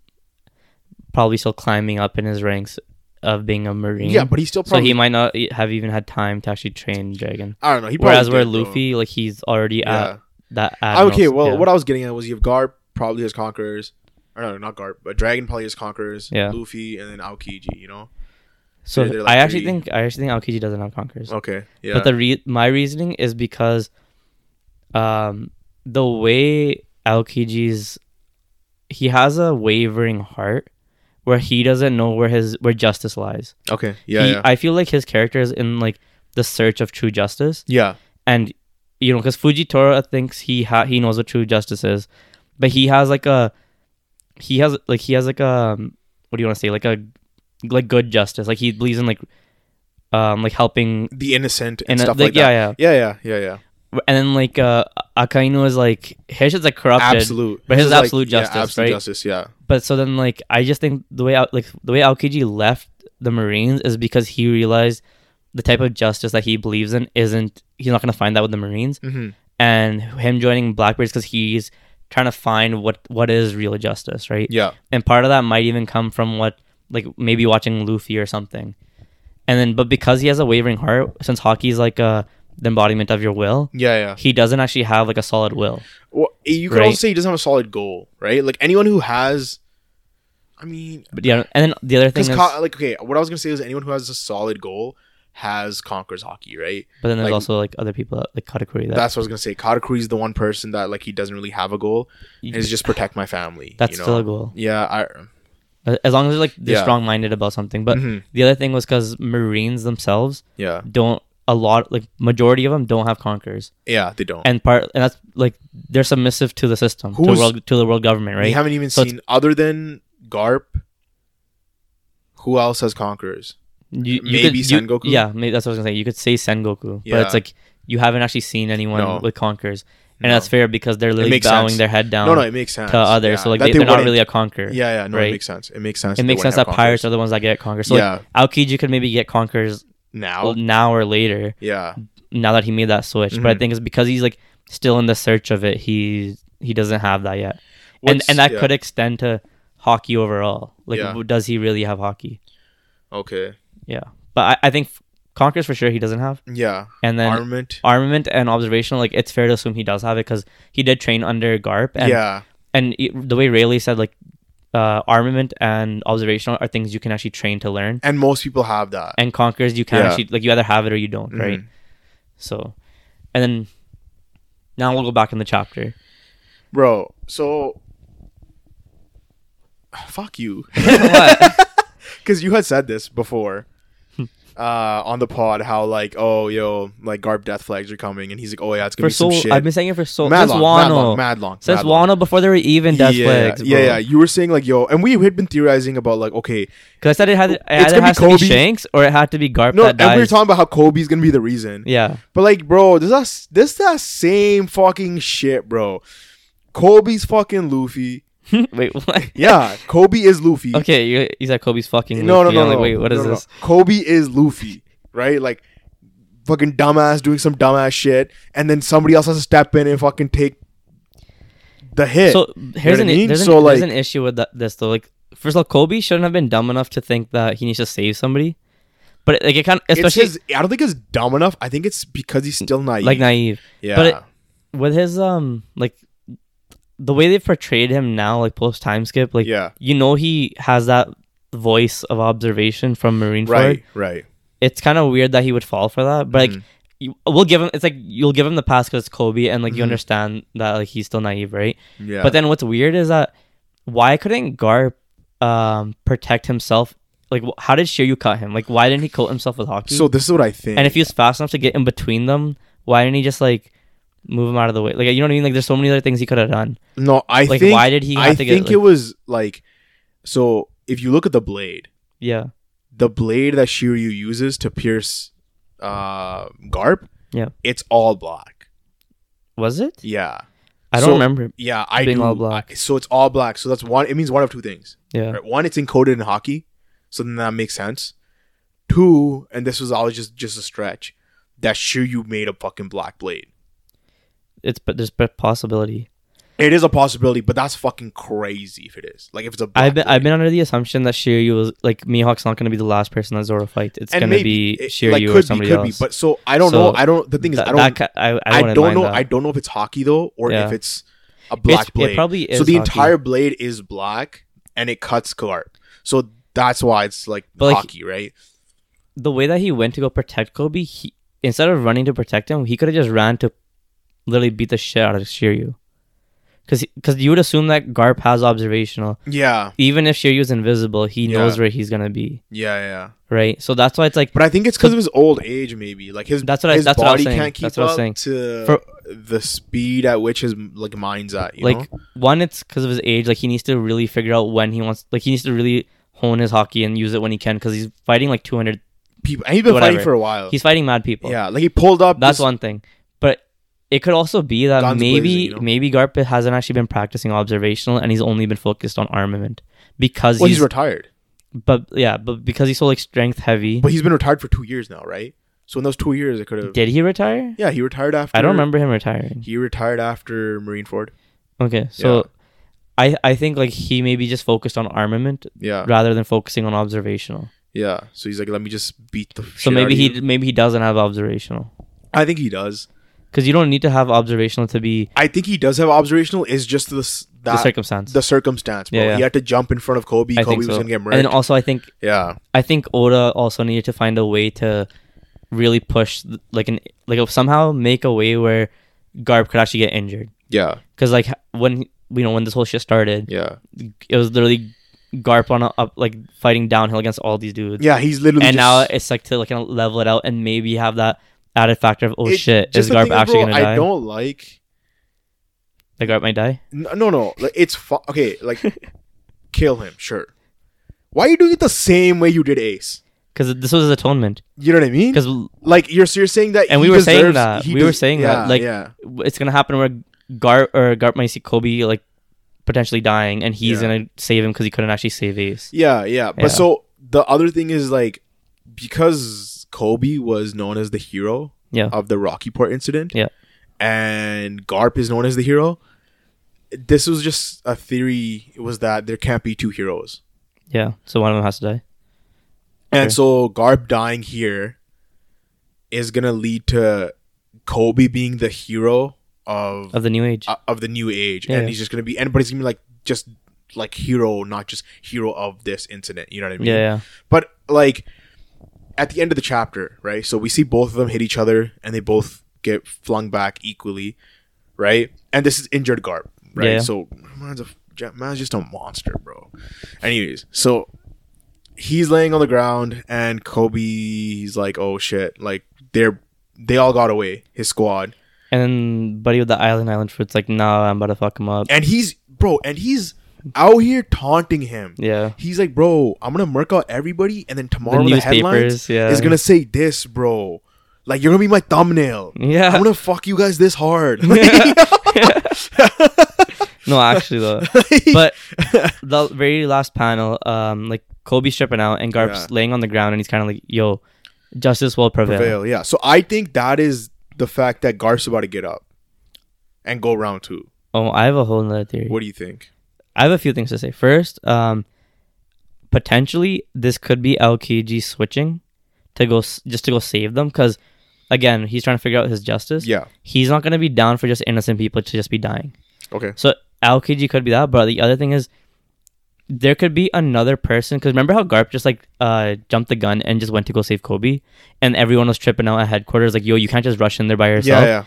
probably still climbing up in his ranks of being a Marine. yeah, but he still so probably he might not e- have even had time to actually train Dragon. I don't know. He probably Whereas where did, though. Luffy, uh, like he's already at yeah. Ah, that. okay, admiral's- well, yeah. what I was getting at was you have Garp probably has conquerors, or no, not Garp, but Dragon probably is Conquerors, Yeah. Luffy, and then Aokiji. You know? So They're- they're like I actually three. think I actually think Aokiji doesn't have conquerors. Okay. Yeah. But the re- my reasoning is because um the way Aokiji's he has a wavering heart where he doesn't know where his where justice lies. okay. Yeah. He- yeah. I feel like his character is in like the search of true justice yeah. and you know because Fujitora thinks he ha- he knows what true justice is, but he has like a he has like he has like a um, what do you want to say like a like good justice like he believes in like um like helping The innocent and and uh, stuff like, like yeah that. yeah Yeah. Yeah. Yeah. Yeah. and then like uh Akainu is like his shit's like corrupted. Absolute. but This his is like- absolute yeah, justice, absolute right? Justice. Yeah. But so then like I just think the way out like the way Aokiji left the Marines is because he realized the type of justice that he believes in isn't he's not gonna find that with the Marines. Mm-hmm. And him joining Blackbeard's because he's trying to find what what is real justice, right? Yeah. and part of that might even come from what like maybe watching Luffy or something. And then but because he has a wavering heart, since hockey's like uh the embodiment of your will, Yeah. Yeah. he doesn't actually have like a solid will. Well, you could Right. also say he doesn't have a solid goal, right? Like anyone who has, I mean, But yeah, and then the other thing because is, like okay, what I was gonna say is anyone who has a solid goal has conquers hockey, right? but then there's like- also like other people that, like Katakuri that That's what I was gonna say. Katakuri is the one person that like he doesn't really have a goal. You- And it's just protect my family. that's you know? still a goal Yeah, I. as long as like they're Yeah. strong minded about something. But mhm, the other thing was because Marines themselves yeah, don't a lot like majority of them don't have conquerors yeah, they don't. and part and that's like they're submissive to the system to Who's- world to the world government We right haven't even So it's- seen other than Garp. Who else has conquerors? you, you Maybe could, you- Sengoku? yeah, maybe that's what I was gonna say. You could say Sengoku, but Yeah. it's like you haven't actually seen anyone No. with conquerors, and No. that's fair because they're literally makes bowing sense. their head down no, no, it makes sense. to others. Yeah, So like that they, are not wouldn't- really a conqueror. Yeah, yeah, no, it right? makes sense. It makes sense. It they makes wouldn't sense have that pirates conquerors. are the ones that get conquerors. So Yeah. like Aokiji could maybe get conquerors now. l- now or later, yeah, now that he made that switch. But I Mhm. think it's because he's like still in the search of it. He he doesn't have that yet, and What's- and that yeah. could extend to hockey overall. Like, Yeah. w- does he really have hockey? Okay. Yeah, but I, I think f- conquerors for sure he doesn't have, Yeah. and then Armament. armament and observational, like it's fair to assume he does have it because he did train under Garp. And, yeah. And i- the way Rayleigh said, like, uh, armament and observational are things you can actually train to learn. And most people have that. And conquers, you can Yeah. actually, like, you either have it or you don't, right? Mhm. So, and then now we'll go back in the chapter. Bro, so fuck you. What? Cuz you had said this before. Uh, on the pod, how like, oh, yo, like Garb death flags are coming, and he's like, oh yeah, it's gonna For be some so, shit. I've been saying it for so mad since long, mad long, Wano. mad long, Since mad long. Wano, before there were even death yeah, flags, yeah, bro. yeah. You were saying like, yo, and we had been theorizing about like, okay, Because I said it had, it It's either gonna be has to be Kobe. Shanks or it had to be Garp no, that and dies. we were talking about how Kobe's gonna be the reason, yeah, But like, bro, this is this that same fucking shit, bro. Kobe's fucking Luffy. wait, what? Yeah, Kobe is Luffy. Okay, you, you said Kobe's fucking. No, no, Luffy. no, I'm no. like, wait, what is no, no. this? Kobe is Luffy, right? Like fucking dumbass doing some dumbass shit, and then somebody else has to step in and fucking take the hit. So here's what an, I mean? there's, an So, like- there's an issue with that, this though. Like, first of all, Kobe shouldn't have been dumb enough to think that he needs to save somebody. But like, it kind of, it's especially his, I don't think it's dumb enough. I think it's because he's still naive. like naive yeah, but it- with his um like the way they've portrayed him now, like post time skip, like yeah, you know he has that voice of observation from Marine right, Ford. right. It's kind of weird that he would fall for that, but like. Mhm. You, we'll give him. It's like you'll give him the pass because it's Kobe, and like you Mhm. understand that like he's still naive, right? Yeah, But then what's weird is that why couldn't Garp um, protect himself? Like, wh- how did Shiryu cut him? Like, why didn't he coat himself with hockey? so this is what I think. and if he was fast enough to get in between them, why didn't he just like move him out of the way? Like, you know what I mean? Like, there's so many other things he could have done. no, I Like, think why did he have I to get? think like- it was like so. If you look at the blade, yeah, the blade that Shiryu uses to pierce uh, Garp, Yeah. it's all black. was it? Yeah, I don't So- remember. yeah, I Being do. all black. I- so it's all black. So that's one. It means one of two things. Yeah, Right? One, it's encoded in hockey, so then that makes sense. Two, and this was always just just a stretch. That Shiryu made a fucking black blade. it's but there's a possibility. It is a possibility, but that's fucking crazy if it is. Like if it's a black I've been blade. I've been under the assumption that Shiryu was like Mihawk's not gonna be the last person that Zoro fights. It's gonna be it- Shiryu or could somebody be, could else. Be, but so I don't So know. I don't. The thing is, That- I don't. that ca- I, I, I wouldn't don't mind know. that. I don't know if it's hockey though, or Yeah. if it's a black it blade. probably so is the hockey. entire blade is black and it cuts Clark. So that's why it's like But, like, hockey, right? the way that he went to go protect Kobe, he instead of running to protect him, he could have just ran to literally beat the shit out of Shiryu. Because because you would assume that Garp has observational. Yeah, Even if Shiryu's invisible, he Yeah. knows where he's gonna be, yeah, yeah. right? So that's why it's like But I think it's because of his old age, maybe. Like his That's what I- his that's what I was body saying. can't keep That's what I was up saying. to For- the speed at which his like mind's at. You know? like one, it's because of his age. Like he needs to really figure out when he wants. Like he needs to really hone his hockey and use it when he can. Because he's fighting like two hundred. people, and he's been fighting whatever. for a while. He's fighting mad people. yeah, like he pulled up. That's this- one thing. But it could also be that Guns maybe blazing, you know? maybe Garp hasn't actually been practicing observational and he's only been focused on armament because Well, he's, he's retired, but yeah, but because he's so like strength heavy. but he's been retired for two years now, right? So in those two years, it could have. Did he retire? Yeah, he retired after. I don't remember him retiring. He retired after Marine Ford. Okay, so I I think like he maybe just focused on armament Yeah, rather than focusing on observational. yeah. So he's like, let me just beat the. So maybe he maybe he doesn't have observational I think he does. because you don't need to have observational to be I think he does have observational. Is just this that the the, circumstance. circumstance, bro. Yeah, yeah. He had to jump in front of Kobe. I Kobe think was so. gonna get And murdered. then also I think yeah, I think Oda also needed to find a way to really push th- like an like somehow make a way where Garb could actually get injured yeah, because like h- when you know when this whole shit started, yeah, it was literally Garp on a, up like fighting downhill against all these dudes, yeah. He's literally and just- now it's like to like kind of level it out and maybe have that added factor of oh It- shit just is the Garp thing is, actually bro, gonna I die? don't like. Like Garp might die. N- No, no, like, it's fu- okay. Like, kill him, sure. Why are you doing it the same way you did Ace? Because this was his atonement. You know what I mean? Because Like, you're so you're saying that, And he we were saying deserves- that. he We were saying that, yeah, like- yeah, it's gonna happen where Garp or Garp might see Kobe like potentially dying, and he's Yeah. gonna save him because he couldn't actually save Ace. yeah, yeah. But Yeah. so the other thing is like because Kobe was known as the hero Yeah. of the Rocky Port incident, Yeah. and Garp is known as the hero. This was just a theory. was that there can't be two heroes. Yeah, so one of them has to die. And Okay. so Garb dying here is gonna lead to Kobe being the hero of Of the new age. uh, of the new age, Yeah. and he's just gonna be anybody's gonna be like just like hero, not just hero of this incident. You know what I mean? yeah, yeah. But like at the end of the chapter, right? So we see both of them hit each other, and they both get flung back equally, right? And this is injured Garb, right? Yeah. So man's a Ja- man's just a monster, bro. Anyways, so he's laying on the ground, and Kobe's like, "Oh shit!" Like they're they all got away, his squad, And then Buddy with the island island fruit's like, nah, I'm about to fuck him up. and he's bro, and he's out here taunting him. Yeah. He's like, "Bro, I'm gonna murk out everybody, and then The tomorrow the, headlines." newspapers, yeah. is gonna say this, bro. Like you're gonna be my thumbnail. Yeah. I'm gonna fuck you guys this hard. no, actually though. But the very last panel, um, like Kobe's stripping out and Garp's Yeah. laying on the ground and he's kinda like, Yo, justice will prevail. Fail, yeah. So I think that is the fact that Garth's about to get up and go round two. Oh, I have a whole nother theory. What do you think? I have a few things to say. First, um, potentially this could be LKG switching to go s- just to go save them because, again, he's trying to figure out his justice. Yeah. He's not gonna be down for just innocent people to just be dying. Okay. So LKG could be that, but the other thing is there could be another person because remember how Garp just like uh jumped the gun and just went to go save Kobe and everyone was tripping out at headquarters like yo you can't just rush in there by yourself. Yeah, yeah.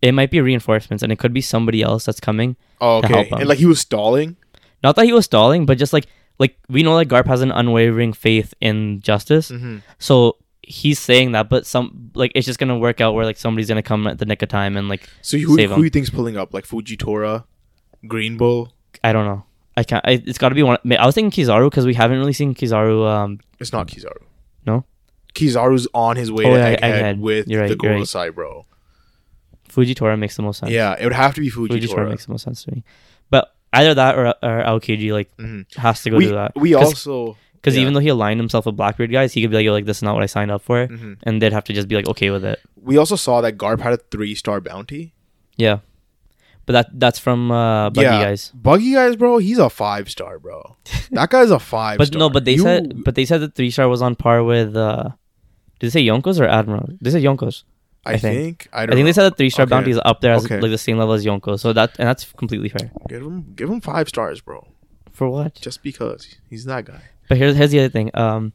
It might be reinforcements and it could be somebody else that's coming. Oh, To help okay. him. And like he was stalling. not that he was stalling, but just like like we know that Garp has an unwavering faith in justice, Mm-hmm. so he's saying that. But some like it's just gonna work out where like somebody's gonna come at the nick of time and like So who Save who him. you think's pulling up? Like Fujitora, Green Bull. I don't know. I can't. I, it's got to be one. I was thinking Kizaru because we haven't really seen Kizaru. Um, It's not Kizaru. No? Kizaru's on his way Oh, to yeah, Egghead, Egghead. with You're right, the you're right. Gorosei, bro. Fujitora makes the most sense. Yeah, it would have to be Fujitora, Fujitora. makes the most sense to me. But either that or or LKG like Mhm. has to go We, do that we Cause- also because yeah. even though he aligned himself with Blackbeard guys, he could be like, yo, like this is not what I signed up for, Mhm. and they'd have to just be like okay with it. we also saw that Garb had a three star bounty. Yeah. But that that's from uh Buggy Yeah. guys. Buggy guys, bro, he's a five star, bro. That guy's a five. But star. no, but they You- said but they said that three star was on par with uh did they say Yonkos or Admiral? They said Yonkos. I, I think. think. I I don't. think they know. said that three star Okay. bounty is up there as Okay. like the same level as Yonko. So that and that's completely fair. give him give him five stars, bro. For what? Just because he's that guy. But here's here's the other thing. Um,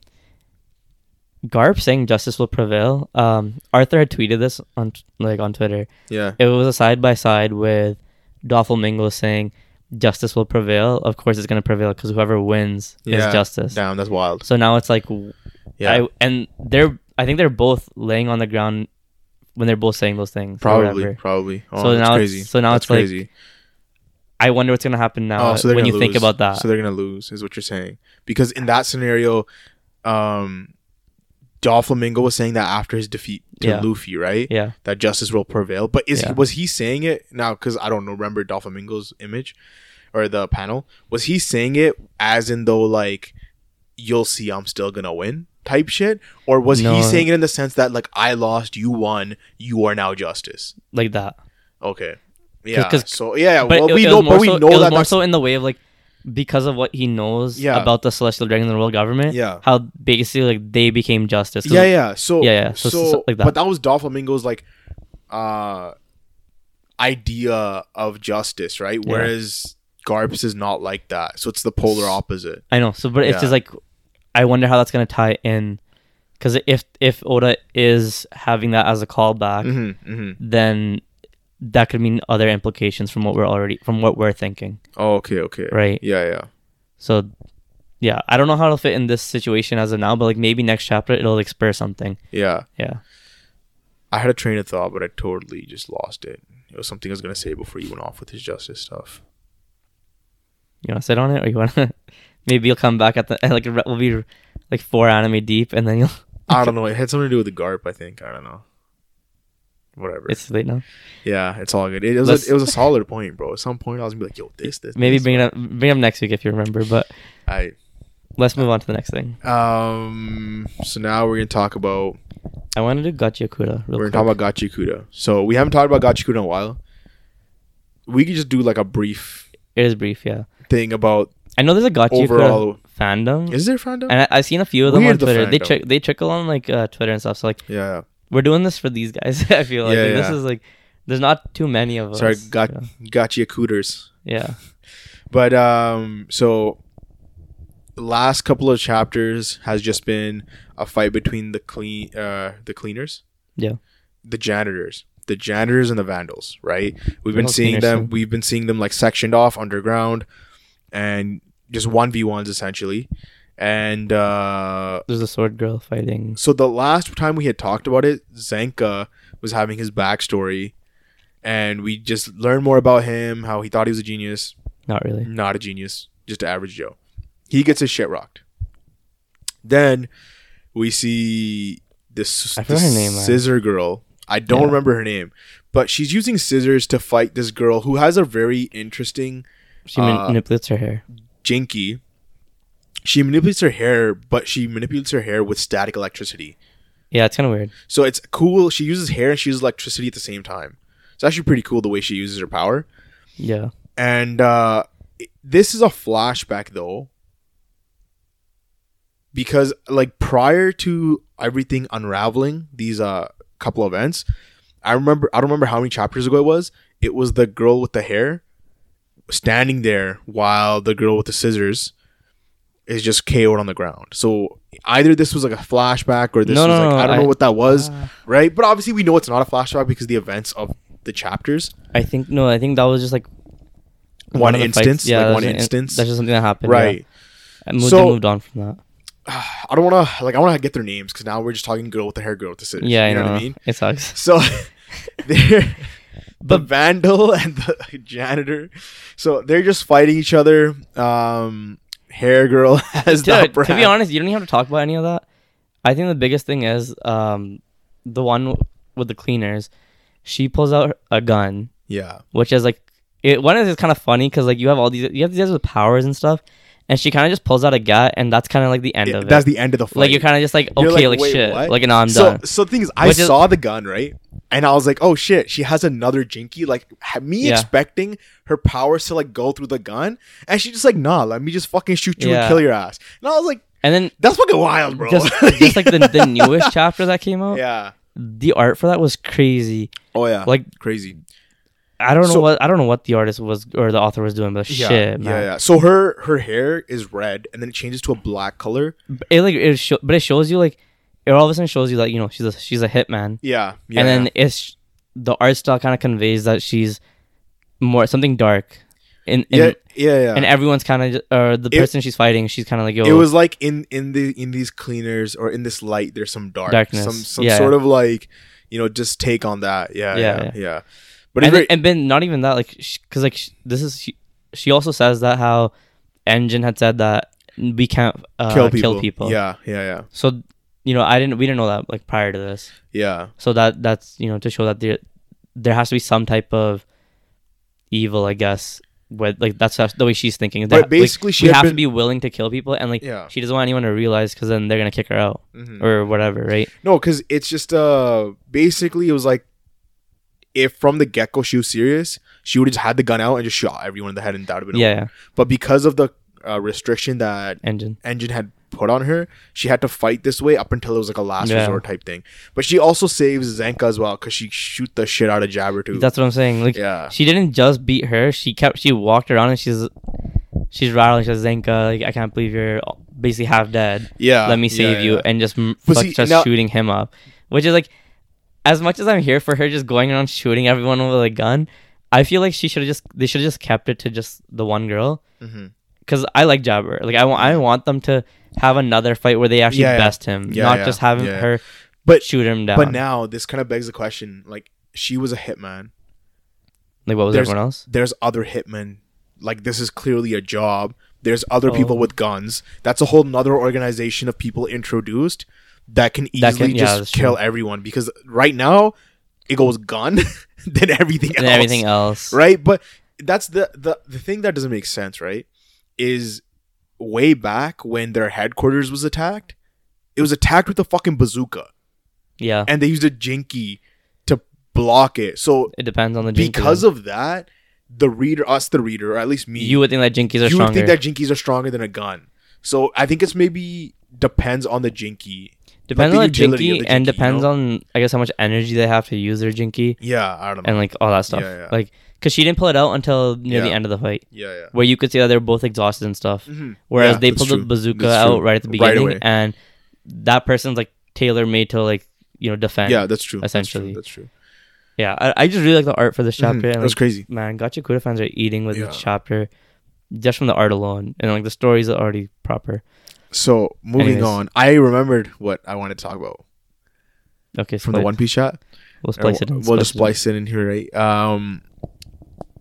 Garp saying justice will prevail. Um, Arthur had tweeted this on t- like on Twitter. Yeah. It was a side by side with Doffelmingo saying justice will prevail. Of course, it's gonna prevail because whoever wins Yeah. is justice. Damn, that's wild. So now it's like, w- Yeah. I, and they're I think they're both laying on the ground when they're both saying those things. or probably. whatever. Probably. Oh, So that's now it's- crazy. so now That's it's like, crazy. I wonder what's gonna happen now oh, so they're when you gonna think lose. about that. So they're gonna lose, is what you're saying. Because in that scenario, um Doflamingo was saying that after his defeat to Yeah. Luffy, right? yeah. That justice will prevail. But is Yeah. was he saying it now? Because I don't know, remember Doflamingo's image or the panel. Was he saying it as in though like you'll see I'm still gonna win type shit? Or was No. he saying it in the sense that like I lost, you won, you are now justice? like that. Okay. Yeah. 'cause- so yeah, But well, it, we it know, was more but we so, know it was that more that's so in the way of like because of what he knows Yeah. about the Celestial Dragon and the world government. Yeah. how basically like they became justice. 'Cause Yeah, yeah. So Yeah, yeah. So, So- so- so- like that. but that was Doflamingo's like uh idea of justice, right? Yeah. Whereas Garps is not like that. So it's the polar opposite. I know. So, but Yeah. it's just like I wonder how that's gonna tie in because if if Oda is having that as a callback, Mm-hmm, mm-hmm. then that could mean other implications from what we're already from what we're thinking, Oh, okay, okay. right? Yeah, yeah. So. Yeah, I don't know how it'll fit in this situation as of now, but like maybe next chapter it'll like spur something. Yeah. Yeah. I had a train of thought, but I totally just lost it. It was something I was gonna say before you went off with his justice stuff. You want to sit on it, or you want to? Maybe you'll come back at the like re- we'll be like four anime deep, and then you'll. I don't know. It had something to do with the Garp, I think. I don't know. Whatever. It's late now. yeah, it's all good. It was Let's- a, it was a solid point, bro. At some point, I was gonna be like, "Yo, this, this." Maybe this. bring it up, bring it up next week if you remember. But I let's move on to the next thing. Um. So now we're gonna talk about I want to do Gachiakuda real we're gonna quick. talk about Gachikuda. So we haven't talked about Gachikuda in a while. We could just do like a brief it is brief, yeah. thing about I know there's a Gachiakuda overall. fandom, Is there fandom? Mm-hmm. and I, I've seen a few of them Weird the on Twitter. they fandom. trick they trickle on like uh, Twitter and stuff. So like yeah. we're doing this for these guys. I feel like Yeah, Like, this yeah. is like there's not too many of us. Sorry, got you know? Gachikuders. yeah. But um. So last couple of chapters has just been a fight between the clean uh the cleaners. Yeah. The janitors. The janitors and the vandals, right? We've been Those seeing cleaners, them. yeah. We've been seeing them like sectioned off underground, and just one v ones essentially. And uh, There's a sword girl fighting. so the last time we had talked about it, Zanka was having his backstory, and we just learned more about him, how he thought he was a genius, Not really. not a genius, just an average Joe. He gets his shit rocked. Then we see this, I forgot this her name, man. scissor girl. I don't Yeah. remember her name, but she's using scissors to fight this girl who has a very interesting She ma- Uh, manipulates her hair. jinky. She manipulates her hair, but she manipulates her hair with static electricity. Yeah, it's kind of weird. So it's cool. She uses hair and she uses electricity at the same time. It's actually pretty cool the way she uses her power. Yeah. And uh, it- this is a flashback though, because like prior to everything unraveling, these uh couple events, I remember I don't remember how many chapters ago it was. It was the girl with the hair standing there while the girl with the scissors is just KO'd on the ground. So either this was like a flashback or this No, was no, like no, I don't I- know what that was, Ah. right? But obviously we know it's not a flashback because the events of the chapters. I think no. I think that was just like One of the instance? Like that was one an instance? That's just something that happened. Right. Yeah. I moved, So- they moved on from that. I don't want to like I want to get their names because now we're just talking girl with the hair, girl with the scissors. Yeah, you know, what I mean? mean. It sucks. So they're the But- vandal and the janitor. So they're just fighting each other. Um, hair girl has the Dude, brand. to be honest, you don't even have to talk about any of that. I think the biggest thing is um, the one with the cleaners. She pulls out a gun, yeah, which is like it. One is kind of funny because like you have all these you have these guys with powers and stuff, and she kind of just pulls out a gat, and that's kind of like the end Yeah, of it. that's the end of the fight. like you're kind of just like You're okay, like, "Wait, shit, what?" like no, I'm so, done. So the thing is, I Which is- saw the gun right, and I was like, oh shit, she has another jinky. Like ha- me Yeah. expecting her powers to like go through the gun, and she just like, nah, let me just fucking shoot you and Yeah. kill your ass. And I was like, And then that's fucking wild, bro. just just like the, the newest chapter that came out. yeah. the art for that was crazy. Oh yeah, Oh. Like crazy. I don't know So- what I don't know what the artist was or the author was doing, but Yeah, shit, man. yeah, yeah. So her her hair is red, and then it changes to a black color. It like it show, but it shows you like it all of a sudden shows you like you know she's a, she's a hitman, Yeah, yeah. and then yeah. it's the art style kind of conveys that she's more something dark, and and, yeah, yeah, yeah. and everyone's kind of or the It- person she's fighting, she's kind of like yo, it was like in in the in these cleaners or in this light there's some dark Darkness, some some yeah. sort of like you know just take on that yeah Yeah, yeah yeah, yeah. but it's and, very, then, and then not even that like because like sh- this is she, she also says that how engine had said that we can't uh, kill, people. yeah yeah yeah so you know i didn't we didn't know that like prior to this yeah yeah so that that's you know to show that there there has to be some type of evil i guess with like that's how, the way she's thinking But That, like, basically she we had have to been- be willing to kill people and like Yeah. she doesn't want anyone to realize because then they're gonna kick her out Mhm. or whatever right no because it's just uh basically it was like if from the get-go she was serious she would have just had the gun out and just shot everyone in the head and that would have been yeah, over. yeah but because of the uh, restriction that engine engine had put on her she had to fight this way up until it was like a last Yeah. resort type thing but she also saves zenka as well because she shoot the shit out of jabber too that's what i'm saying like yeah she didn't just beat her. She kept. She walked around and she's, she's rattling. She's like, Zenka, like I can't believe you're basically half dead. Yeah, let me yeah, save you, Uh, yeah. and just m- But fuck, see, just now- shooting him up, which is like, as much as I'm here for her just going around shooting everyone with a gun, I feel like she should have just they should have just kept it to just the one girl. Mhm. Cause I like Jabber. Like I want, I want them to have another fight where they actually Yeah, yeah. best him, Yeah, not yeah, just having yeah. her But- shoot him down. But now this kind of begs the question: like she was a hitman. like what was there's- everyone else? There's other hitmen. Like this is clearly a job. There's other people Oh. with guns. That's a whole nother organization of people introduced that can easily That can- yeah, that's just true. kill everyone. Because right now it goes gun, then everything And else. everything else, right? But that's the, the the thing that doesn't make sense, right? Is way back when their headquarters was attacked, it was attacked with a fucking bazooka. Yeah, and they used a jinky to block it. So it depends on the jinkies. because of that, the reader, us, the reader, or at least me, you would think that jinkies are you would stronger. think that jinkies are stronger than a gun. So I think it's maybe depends on the jinky. depends like on the the utility jinky, of the and jinky, you depends know? on I guess how much energy they have to use their jinky Yeah, I don't know. and like all that stuff. Yeah, yeah. Like because she didn't pull it out until near the Yeah. end of the fight, yeah, yeah. where you could see that they're both exhausted and stuff. Mhm. Whereas Yeah, they that's pulled true. the bazooka That's out true. right at the Right beginning, away. and that person's like tailor made to like you know defend. Yeah, that's true. essentially. that's true. yeah. I, I just really like the art for this That's true. chapter. Mhm. And, That's like, crazy. man, Gotcha Kuda fans are eating with Yeah. this chapter just from the art alone, and like the stories are already proper. So moving Anyways. on, I remembered what I wanted to talk about Okay, from the split- One Piece shot. we'll splice it. Or in, we'll just it. in. splice it in here, right? Um,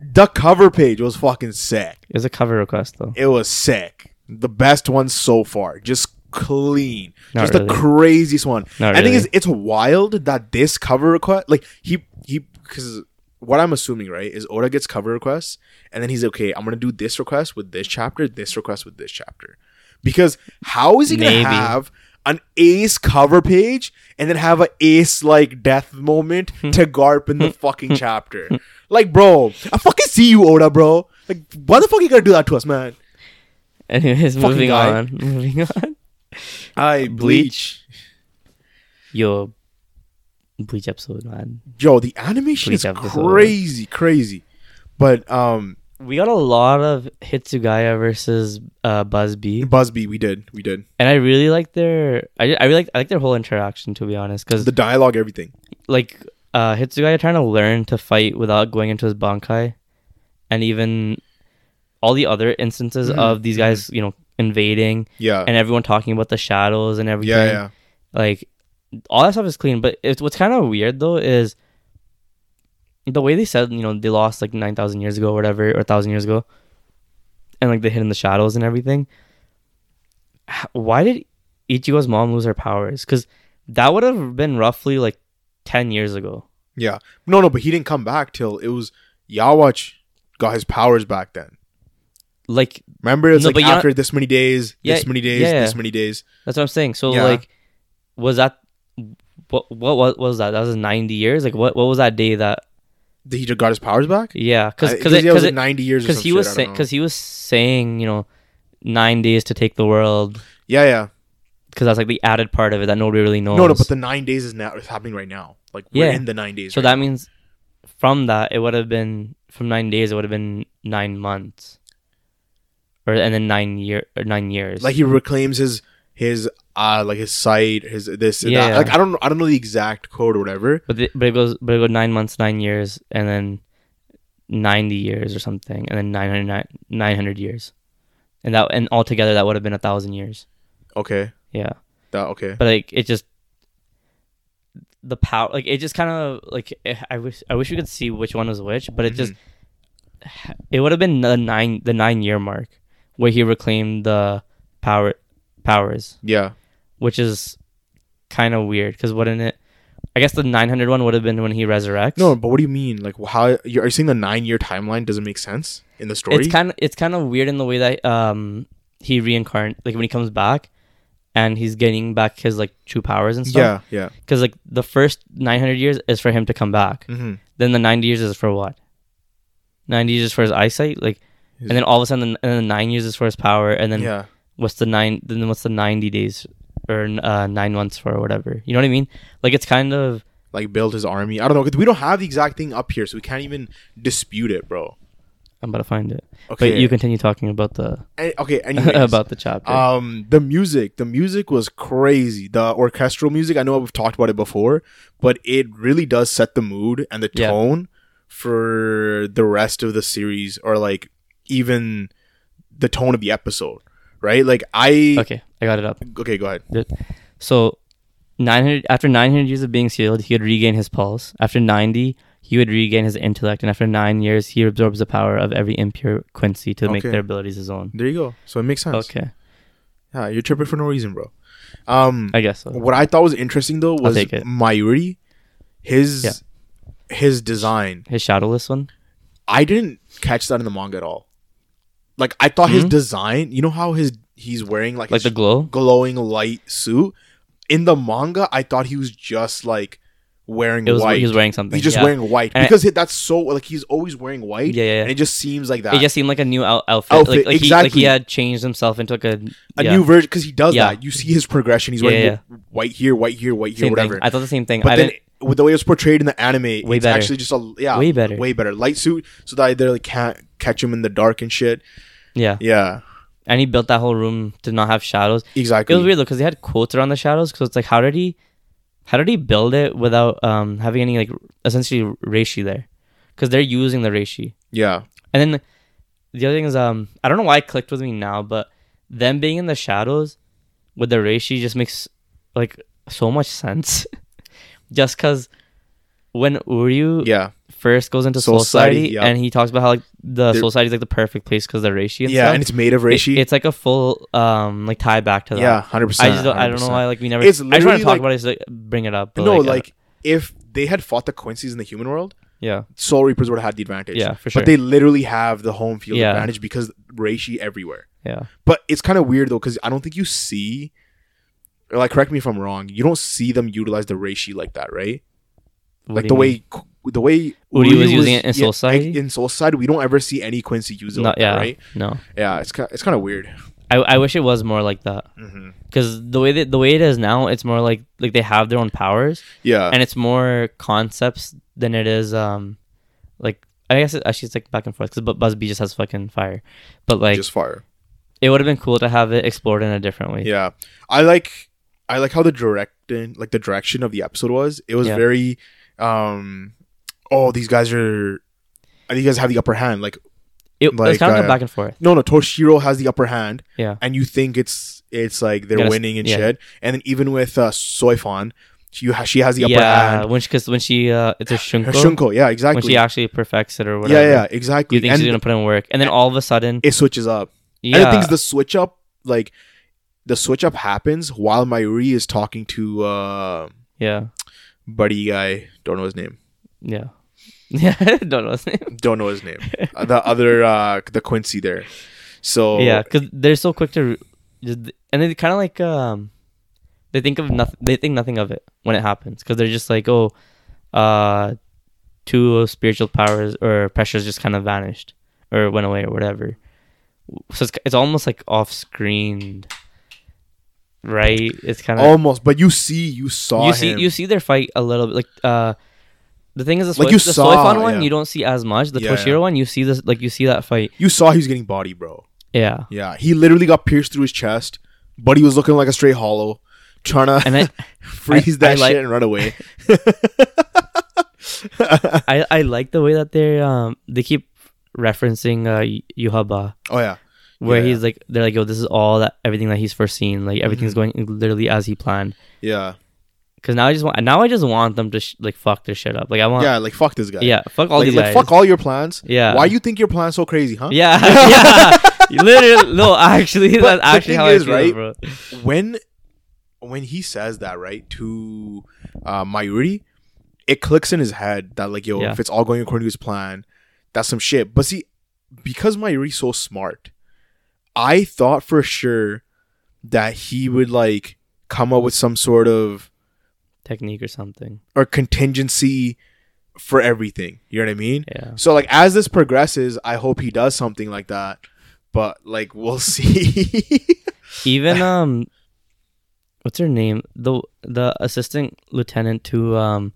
the cover page was fucking sick. It was a cover request though. It was sick. The best one so far. Just clean. Not just the really. craziest one. Not I think it's Oh, really. it's wild that this cover request like he he because what I'm assuming right is Oda gets cover requests and then he's okay. I'm gonna do this request with this chapter, this request with this chapter, because how is he gonna Maybe. have an ace cover page and then have an ace like death moment Hmm. to garp in the fucking chapter? Like, bro, I fucking see you, Oda, bro. Like, why the fuck you gotta do that to us, man? Anyways, Fucking moving guy. on. Moving on. I Bleach. Yo, Bleach episode, man. Yo, the animation Bleach is episode. crazy, crazy. But um We got a lot of Hitsugaya versus uh, Busby, Busby, we did, we did and I really like their. I, I really like, I like their whole interaction to be honest, because the dialogue, everything. like uh, Hitsugaya trying to learn to fight without going into his bankai, and even all the other instances Mhm, of these guys, you know, invading Yeah, and everyone talking about the shadows and everything. yeah, yeah. like all that stuff is clean but it's what's kind of weird though is the way they said you know they lost like 9000 years ago or whatever or 1000 years ago and like they hid in the shadows and everything H- why did ichigo's mom lose her powers because that would have been roughly like 10 years ago Yeah. No, no, but he didn't come back till it was Yawatch got his powers back then. like Remember, it's No, like but you know- after this many days, this Yeah, many days, yeah, yeah. this many days. that's what i'm saying so Yeah. like was that what, what what was that that was 90 years like what what was that day that That he just got his powers back. yeah because I- because yeah, it was it, like ninety years. Because because he was saying because he was saying you know nine days to take the world yeah, yeah, because that's like the added part of it that nobody really knows. No, no, but the nine days is now is happening right now. Like we're Yeah. in the nine days. so right that now. means from that it would have been from nine days it would have been nine months, or and then nine year or nine years. like he reclaims his his uh like his sight, his this and Yeah, that. yeah. Like I don't I don't know the exact code or whatever. but the, but it goes but it goes nine months, nine years, and then ninety years or something, and then 900, 900 years, and that and altogether that would have been a thousand years. Okay. Yeah. That okay. but like it just the power like it just kind of like eh, i wish i wish we could see which one was which but it just it would have been the nine the nine year mark where he reclaimed the power powers Yeah. which is kind of weird because wouldn't it i guess the 900 one would have been when he resurrects No, but what do you mean? Like wh- how you're, are you saying the nine year timeline doesn't make sense in the story? it's kind of it's kind of weird in the way that um he reincarnates like when he comes back and he's getting back his like true powers and stuff yeah, yeah. because like the first 900 years is for him to come back Mm-hmm. then the 90 years is for what 90 years is for his eyesight like His- and then all of a sudden and then the 9 years is for his power and then yeah. what's the 9 then what's the 90 days or uh, 9 months for or whatever you know what i mean like it's kind of Like build his army. I don't know. 'cause we don't have the exact thing up here, so we can't even dispute it, bro. i'm about to find it Okay. but you continue talking about the And, okay. Anyways, about the chapter Um, the music, the music was crazy. The orchestral music, I know we've talked about it before, but it really does set the mood and the Yeah. tone for the rest of the series, or like even the tone of the episode, right? Like I okay, okay i got it up go ahead. so 900 after 900 years of being sealed he would regain his pulse after 90 he would regain his intellect and after 9 years he absorbs the power of every impure quincy to make Okay. their abilities his own There you go. So it makes sense. okay Yeah, you're tripping for no reason, bro. Um, i guess so what I thought was interesting though was take it. Mayuri, his his design. His shadowless one. I didn't catch that in the manga at all. Like I thought his Hmm? design, you know how his he's wearing like, Like the his glow. glowing light suit. In the manga, I thought he was just like wearing It was white. he was wearing something. he's just yeah. wearing white And I- because it- that's so like he's always wearing white. Yeah, yeah, yeah. and it just seems like that. It just seemed like a new out- outfit. Outfit, Like, like he like exactly. he had changed himself into like a a yeah, new version because he does Yeah. that. You see his progression. He's Yeah, wearing yeah, white here, white here, white here, same whatever. Thing. I thought the same thing. but I then didn't, with the way it's portrayed in the anime, Way it's better. actually just a yeah, Way better. way better light suit so that they like can't catch him in the dark and shit. yeah. Yeah, And he built that whole room to not have shadows. It exactly. was weird though because they had quotes around the shadows. Because it's like, how did he, how did he build it without um having any like essentially reishi there? Because they're using the reishi. Yeah. And then like, the other thing is, um, I don't know why it clicked with me now, but them being in the shadows with the reishi just makes like so much sense. just because when Uryu Yeah. first goes into Soul Soul Society, Society, yeah. and he talks about how like the They're- Soul Society is like the perfect place because the reishi and yeah, stuff. and it's made of it- reishi. it's like a full um like tie back to that. yeah, hundred I percent. just don't, I don't know why like we never. It's I just want literally, to talk like- about it, so, like, bring it up. but, no, like, like, uh, if they had fought the Quincy's in the human world, yeah, Soul Reapers would have had the advantage. Yeah, for sure. But they literally have the home field Yeah. advantage because reishi everywhere. yeah. But it's kind of weird though because I don't think you see, or, like, correct me if I'm wrong. You don't see them utilize the reishi like that, right? like What do you the mean? way the way Uri was using it in Soul Society? In Soul Society, we don't ever see any Quincy use it. No, like that, yeah, right? no. Yeah, it's kind it's kind of weird. I I wish it was more like that. hmm because the way that the way it is now, it's more like like they have their own powers, Yeah, and it's more concepts than it is um like I guess it, actually it's like back and forth because Busby just has fucking fire, but like just fire. it would have been cool to have it explored in a different way. Yeah, I like I like how the directing, like the direction of the episode was. It was Yeah. very, um, oh these guys are, I think you guys have the upper hand. Like It, Like, it's kind of uh, back and forth. no, no, Toshiro has the upper hand, Yeah, and you think it's it's like they're Gotta s- winning and yeah. shit. And then even with uh, Soifan, she ha- she has the upper yeah. hand. When she because when she uh, it's a shunko, Her Shunko, yeah, when exactly. she actually perfects it or yeah, whatever. yeah, exactly. You think and she's gonna put in work, and then all of a sudden, it switches up. yeah, And the thing is, the switch up, like the switch up happens while Mayuri is talking to uh, yeah, buddy guy. Don't know his name. yeah, yeah. Don't know his name. don't know his name. Uh, the other uh the Quincy there. So Yeah, because they're so quick to, just, and they kind of like um, they think of nothing. They think nothing of it when it happens because they're just like, oh, uh, two spiritual powers or pressures just kind of vanished or went away or whatever. So it's it's almost like off screened. right? It's kind of almost. But you see, you saw you see him. you see their fight a little bit like uh the thing is the soy, Like you the saw, Soifan one yeah. you don't see as much the Yeah, Toshiro yeah. one you see this like you see that fight you saw he was getting body, bro. yeah Yeah, he literally got pierced through his chest, but he was looking like a straight hollow, trying to and I freeze I- that I like- shit and run away. I, I like the way that they um they keep referencing uh Y- Yuhaba oh yeah, where Yeah. he's like they're like yo this is all that everything that he's foreseen like everything's Mm-hmm. going literally as he planned yeah, because now I just want now I just want them to sh- like fuck their shit up like I want yeah, yeah. Like fuck this guy. fuck all like, these like, guys fuck all your plans. Yeah. Why you think your plan's so crazy, huh? yeah yeah literally no actually But that's the actually thing how is, I feel right, bro When when he says that right to uh, Mayuri, it clicks in his head that like yo, Yeah. if it's all going according to his plan, that's some shit. But see, because Mayuri's so smart, I thought for sure that he would like come up with some sort of technique or something or contingency for everything. You know what I mean? yeah So like as this progresses, I hope he does something like that. But like we'll see. even um what's her name the the assistant lieutenant to um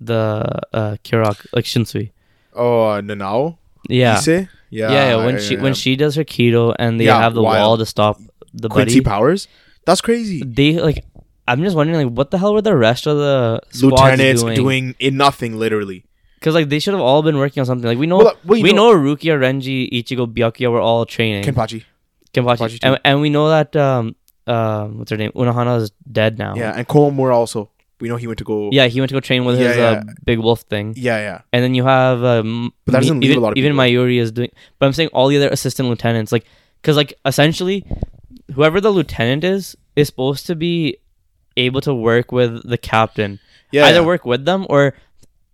the uh Kirok like Shinsui oh, uh, Nanao. yeah Issei? Yeah. yeah, yeah, when she when she does her keto and they Yeah, have the wild. wall to stop the Quincy buddy Powers. That's crazy. they like I'm just wondering like what the hell were the rest of the squads Lieutenants doing? doing, in nothing literally. Cuz like they should have all been working on something like we know Well, uh, well, you we know- know, Rukia Renji Ichigo Byakuya were all training Kenpachi. Kenpachi Kenpachi too. and, and we know that um uh, what's her name Unohana is dead now Yeah, and Komura also. We know he went to go. Uh-huh. Yeah, he went to go train with Yeah, his Uh, big wolf thing, Yeah, yeah. and then you have um, But that doesn't even, leave a lot of even people. Mayuri is doing. But I'm saying all the other assistant lieutenants, like, because like essentially, whoever the lieutenant is is supposed to be able to work with the captain, Yeah. either yeah. work with them or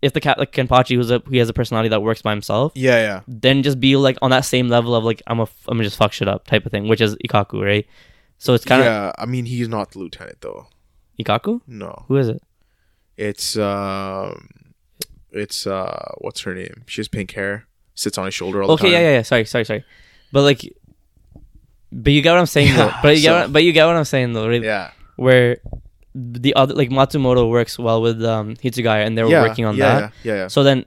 if the cat like Kenpachi, who's a he has a personality that works by himself, Yeah, yeah. then just be like on that same level of like I'm a f- I'm gonna just fuck shit up type of thing, which is Ikaku, right? So it's kind of yeah, I mean he's not the lieutenant though. Ikaku. No. Who is it? It's um it's uh what's her name? She has pink hair. Sits on his shoulder all okay, the time. yeah, yeah, yeah. Sorry, sorry, sorry. But like, but you get what I'm saying, though. Yeah, But you get, so- what, but you get what I'm saying, though. Right? Yeah. Where the other, like Matsumoto, works well with um Hitsugaya, and they were yeah, working on yeah, that. Yeah, yeah. yeah. So then,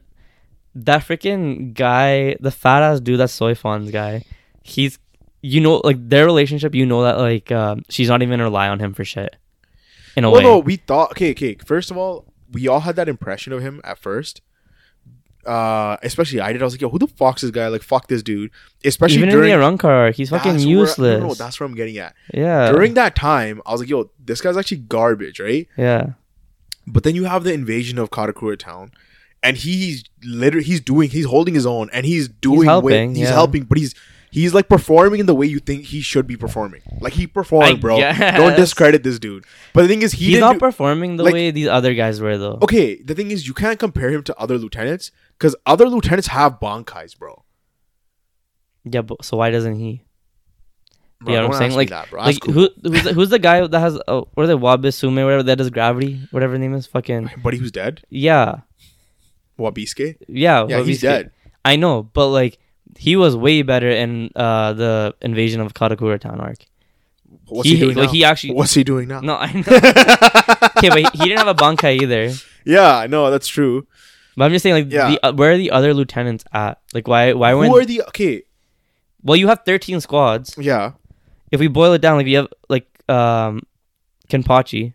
that freaking guy, the fat ass dude, that soy fons guy, he's, you know, like their relationship. You know that like um, she's not even rely on him for shit. In a well, way, no, we thought. Okay, okay. First of all, we all had that impression of him at first. Uh, especially I did. I was like, yo, who the fuck's this guy? Like, fuck this dude. Especially even during in the Arrancar, he's fucking that's useless. Where, no, no, that's where I'm getting at. yeah, during that time, I was like, yo, this guy's actually garbage, right? yeah, But then you have the invasion of Katakura town, and he's literally he's doing he's holding his own, and he's doing helping, way, he's yeah. helping, but he's he's like performing in the way you think he should be performing. Like he performed, I bro. Don't guess. discredit this dude. But the thing is, he he's didn't not do- performing the like- way these other guys were though. okay, the thing is, you can't compare him to other lieutenants because other lieutenants have bankais, bro. Yeah, but so why doesn't he? Bro, yeah, what don't I'm saying ask me like, that, bro. That's like cool. who who's the, who's the guy that has uh, what are they Wabisume whatever that does gravity whatever his name is fucking but he was dead. yeah Wabiske. yeah Yeah, he's Wabisume. dead. I know, but like he was way better in uh the invasion of Katakura Town arc. What's He- he, doing like, now? he actually- What's he doing now? No, I know. okay, but he, he didn't have a bankai either. Yeah, no, that's true. But I'm just saying like Yeah. the, uh, where are the other lieutenants at? Like why why Who are weren't the okay? well you have 13 squads. Yeah, if we boil it down, like you have like um Kenpachi,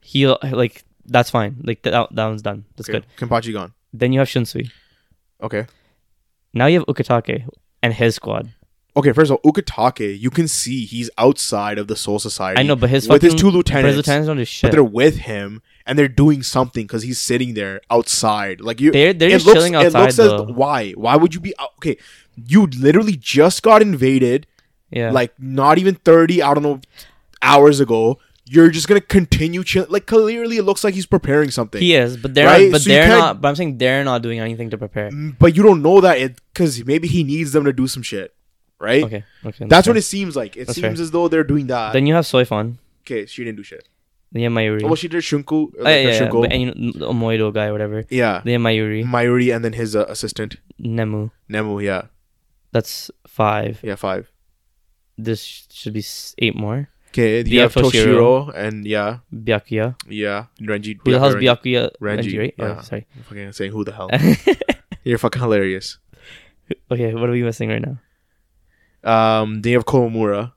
he like that's fine. Like that that one's done. That's okay. good. Kenpachi gone. Then you have Shunsui. Okay, Now you have Ukitake and his squad. okay. First of all, Ukitake, you can see he's outside of the Soul Society. I know, but his with his fucking- two But lieutenants, his lieutenants don't do shit. but they're with him and they're doing something because he's sitting there outside. Like you, They're- they're just chilling outside, though. why? Why would you be out? Okay, you literally just got invaded. yeah. Like not even thirty, I don't know, hours ago. You're just gonna continue chill. Like clearly, it looks like he's preparing something. he is, but they're Right? not, but So you they're can't- not. But I'm saying they're not doing anything to prepare. but you don't know that because maybe he needs them to do some shit, right? Okay, okay. That's what fair. it seems like. It That's seems fair. as though they're doing that. Then you have Soifon. okay, she didn't do shit. Then you have Mayuri. Oh, well, she did Shunku. Oh, like, yeah, her yeah, yeah. Shunko. But, and you know, the Omoido guy, whatever. yeah. Then you have Mayuri, Mayuri and then his uh, assistant Nemu. Nemu. Yeah, That's five. yeah, five. This should be s- eight more. Okay, you have Toshiro Toshiro. and yeah, Byakuya. yeah, Renji. Who the hell's Renji. Byakuya? Renji, right? Oh, yeah. sorry. I'm fucking saying who the hell? You're fucking hilarious. okay, what are we missing right now? Um, then you have Komura.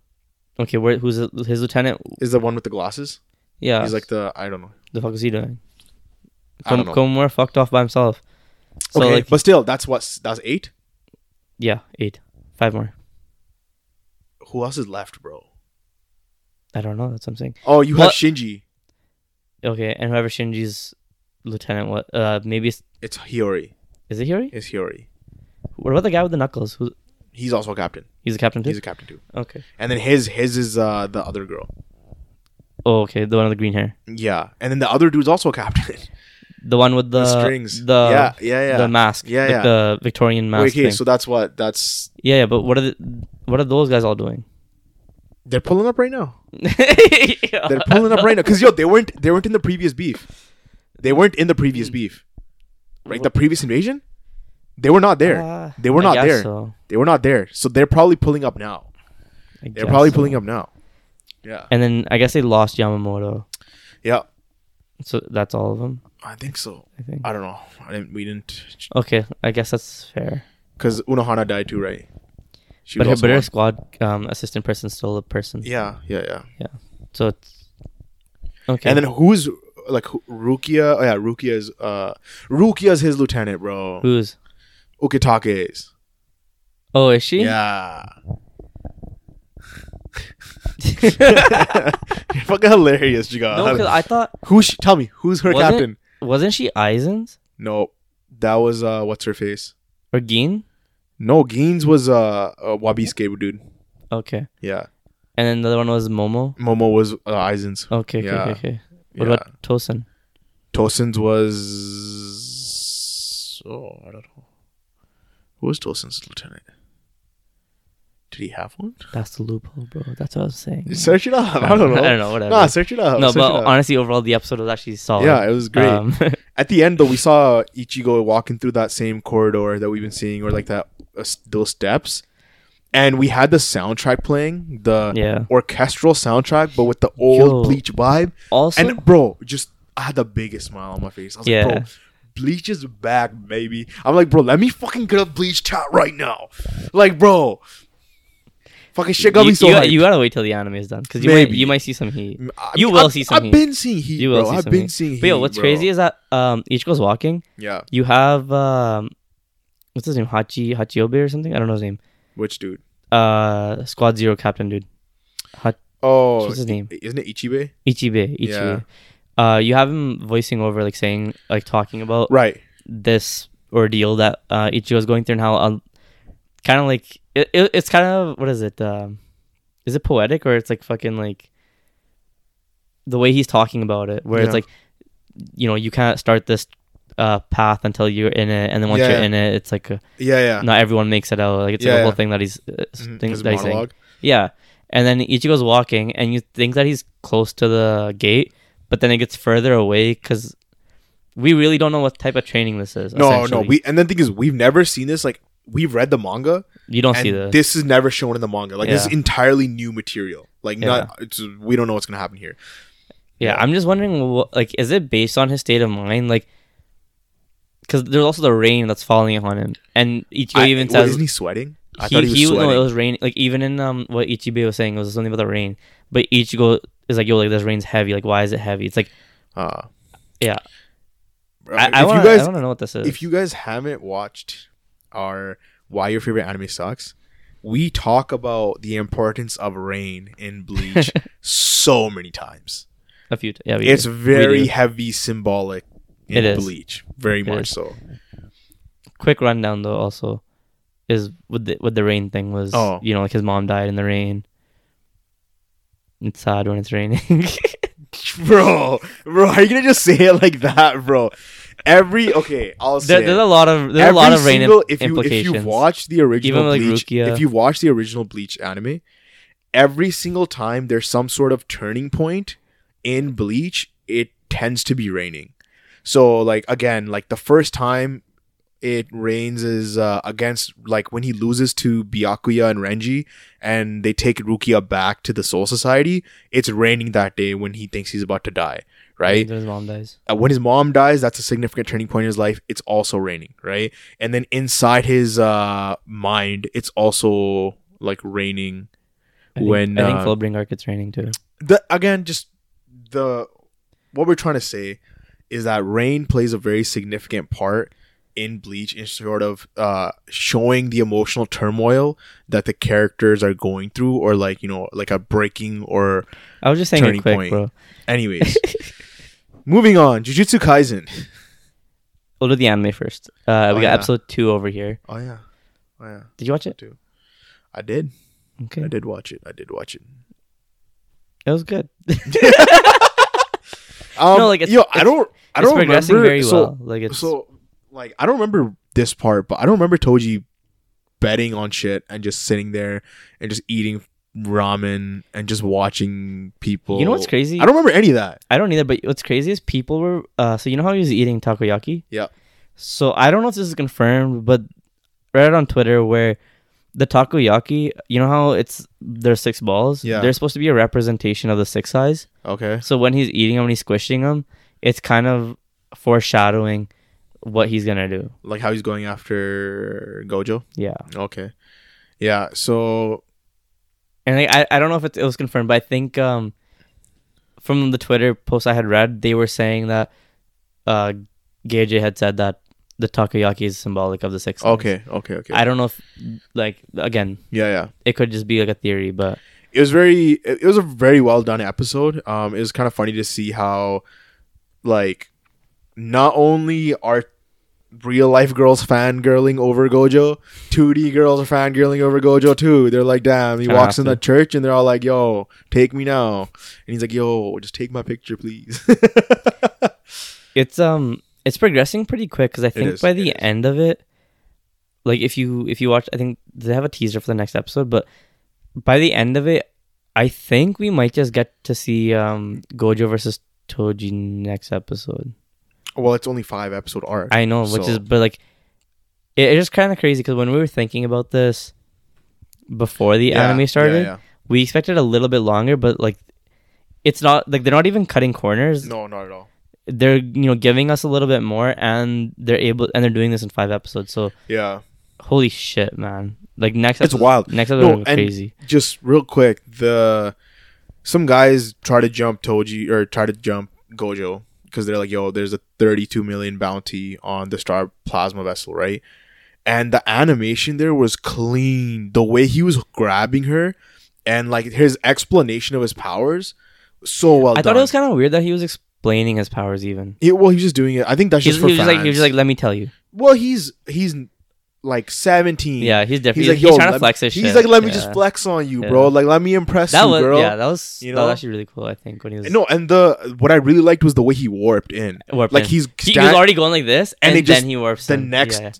Okay, where who's the, his lieutenant? Is the one with the glasses? Yeah, He's like the I don't know. the fuck is he doing? I don't Com- know. Komura fucked off by himself. So okay, like, but still, that's what that's eight. yeah, eight, five more. Who else is left, bro? I don't know. That's what I'm saying. Oh, you What? have Shinji. Okay, and whoever Shinji's lieutenant, what? Uh, maybe it's, It's Hiyori. is it Hiri? It's Hiyori. What about the guy with the knuckles? Who He's also a captain. he's a captain too? He's a captain too. okay. And then his his is uh the other girl. Oh, okay. The one with the green hair. Yeah. And then the other dude's also a captain. The one with the, the strings. The yeah, yeah, yeah. the mask. Yeah, like yeah. The Victorian mask Wait, okay, thing. so that's what that's yeah, yeah. But what are the, what are those guys all doing? they're pulling up right now. Yeah. They're pulling up right now because yo, they weren't they weren't in the previous beef. They weren't in the Mm. previous beef, right? The previous invasion, they were not there. Uh, they were I not guess there. So. They were not there. So they're probably pulling up now. I They're guess probably so. pulling up now. Yeah, And then I guess they lost Yamamoto. yeah. So that's all of them. I think so. I think. I don't know. I didn't. We didn't. Okay, I guess that's fair. Because Unohana died too, right? She But her, was but her also- squad um, assistant person's still a person. yeah, yeah, yeah. So it's okay. And then who's like who- Rukia? Oh yeah, Rukia's uh Rukia's his lieutenant, bro. who's? Ukitake is. Oh, is she? Yeah. You're fucking hilarious, Jiga. no, because I thought Who's she, tell me who's her Wasn't- captain? wasn't she Eisen's No, that was uh what's her face? or Geen? No, Geens was uh, uh Wabisuke dude. Okay. Yeah, And then the other one was Momo. Momo was uh, Aizen's. Okay. Okay. Yeah. Okay. okay. What yeah. about Tosin? Tosin's was oh I don't know. Who was Tosin's lieutenant? Did he have one? That's the loophole, bro. That's what I was saying. man. Search it up. I don't know. Mm. I don't know. Whatever. Nah, search it up. no, search but it up. honestly, overall, the episode was actually solid. yeah, it was great. Um, At the end, though, we saw Ichigo walking through that same corridor that we've been seeing, or like that uh, s- those steps, and we had the soundtrack playing, the yeah. orchestral soundtrack, but with the old Yo. Bleach vibe. Also, and bro, just I had the biggest smile on my face. I was Yeah. like, bro, Bleach is back, baby. I'm like, bro, let me fucking get a Bleach chat right now. Like, bro, fucking shit got you, me so. you, hyped. you gotta wait till the anime is done because you might, Maybe. you might see some heat. I you mean, will I've- see some I've heat. been seeing heat, You will bro. see I've some been heat. seeing heat. But yo, what's bro. crazy is that um, Ichigo's walking. Yeah, You have um, what's his name, Hachi Hachiobe or something. I don't know his name. which dude? Uh, Squad Zero captain dude. Hachi, Oh, what's his name? isn't it Ichibe? Ichibe. Ichibe. Uh, you have him voicing over, like saying, like talking about Right. this ordeal that uh, Ichigo's going through and how, um, kind of like it, it, it's kind of what is it? Um, is it poetic or it's like fucking like the way he's talking about it, where Yeah. it's like, you know, you can't start this uh, path until you're in it, and then once Yeah, you're yeah. in it, it's like a, Yeah, yeah. not everyone makes it out. Like it's Yeah, like a whole yeah. thing that he's uh, Mhm, thing his that he's saying. monologue. Yeah. And then Ichigo's walking, and you think that he's close to the gate, but then it gets further away because we really don't know what type of training this is. No, no. essentially. We and the thing is, we've never seen this. Like we've read the manga, you don't see and this. this is never shown in the manga. Like this is Yeah. entirely new material. Like not, it's, we don't know what's gonna happen here. yeah, I'm just wondering, what, like, is it based on his state of mind, like? Because there's also the rain that's falling on him, and Ichigo I- even well, says "Isn't he sweating?" I he, thought he was he- sweating. no, it was rain. Like even in um what Ichibe was saying, it was something about the rain. But Ichigo is like, yo, like this rain's heavy. Like why is it heavy? It's like uh, yeah. bro, I, I, if wanna, you I guys, don't know what this is. if you guys haven't watched our "Why Your Favorite Anime Sucks," we talk about the importance of rain in Bleach so many times. a few, t- yeah, we It's do. We very do. heavy symbolic in It is. Bleach, very much is. so. quick rundown though also is with the with the rain thing was Oh. you know like his mom died in the rain it's sad when it's raining bro, bro, are you gonna just say it like that, bro? Every okay, I'll say there, there's a it. lot of there's Every a lot of rain single, im- if you if implications you watch the original Even, like, Bleach, Rukia. if you watch the original Bleach anime, every single time there's some sort of turning point in Bleach, it tends to be raining. So like again, like the first time it rains is uh, against like when he loses to Byakuya and Renji, and they take Rukia back to the Soul Society. It's raining that day when he thinks he's about to die. Right His mom dies. Uh, when his mom dies, that's a significant turning point in his life. It's also raining, right? And then inside his uh, mind, it's also like raining. I think, When, I think uh, Fullbring Arc it's raining too. the again just the what we're trying to say is that rain plays a very significant part in bleach in sort of uh showing the emotional turmoil that the characters are going through or like you know like a breaking or I was just saying it turning quick, point. bro. anyways moving on jujutsu kaisen We'll do the anime first. Uh, we Oh, got yeah. episode two over here. oh yeah oh yeah Did you watch it? i did Okay, i did watch it i did watch it it was good. um No, like, it's- yo i it's- don't i it's don't progressing remember very so- well. Like it's so like I don't remember this part, but I don't remember Toji betting on shit and just sitting there and just eating ramen and just watching people. you know what's crazy? I don't remember any of that. I don't either. But what's crazy is people were. Uh, so you know how he was eating takoyaki? Yeah. So I don't know if this is confirmed, but right on Twitter where the takoyaki, you know how it's there's six balls. Yeah. They're supposed to be a representation of the six eyes. Okay. So when he's eating them, when he's squishing them, it's kind of foreshadowing what he's gonna do. Like how he's going after Gojo. Yeah. Okay. Yeah, so And like, I I don't know if it, it was confirmed, but I think um from the Twitter post I had read, they were saying that uh Gage had said that the takoyaki is symbolic of the six. okay, okay, Oh, okay. I don't know if like again, yeah, yeah. it could just be like a theory, but it was very it it was a very well done episode um it was kind of funny to see how like not only are real life girls fangirling over gojo 2d girls are fangirling over gojo too they're like damn he Kinda walks have in to. the church and they're all like yo take me now and he's like yo just take my picture please it's um it's progressing pretty quick because I think is, by it the is. end of it, like if you if you watch, I think they have a teaser for the next episode, but by the end of it, I think we might just get to see um Gojo versus Toji next episode. well it's only five episode arc I know, which So- is but like it, it's just kind of crazy because when we were thinking about this before the Yeah, yeah, anime started, yeah. we expected a little bit longer, but like it's not like they're not even cutting corners. no not at all They're you know giving us a little bit more, and they're able and they're doing this in five episodes. So yeah holy shit, man! Like next, It's episode, wild. Next episode, No, will be and- crazy. just real quick, the some guys try to jump Toji or try to jump Gojo because they're like, "Yo, there's a 32 million bounty on the Star Plasma vessel, right?" And the animation there was clean. The way he was grabbing her, and like his explanation of his powers, so well I done. thought it was kind of weird that he was explaining his powers. Even Yeah, well, he was just doing it. I think that's he's, just he for was fans. like, he was like, let me tell you. well, he's he's like 17. Yeah, he's He's, definitely like, he's, yo, trying to let- flex his shit. He's like, let me Yeah. just flex on you, Yeah. bro. Like, let me impress That you, was girl. yeah, that was you that know? was actually really cool. I think when he was No, and the what I really liked was the way he warped in. warped Like in. he's He- he, sta- was already going like this, and and, they just- then he warps the in. next e- Yeah.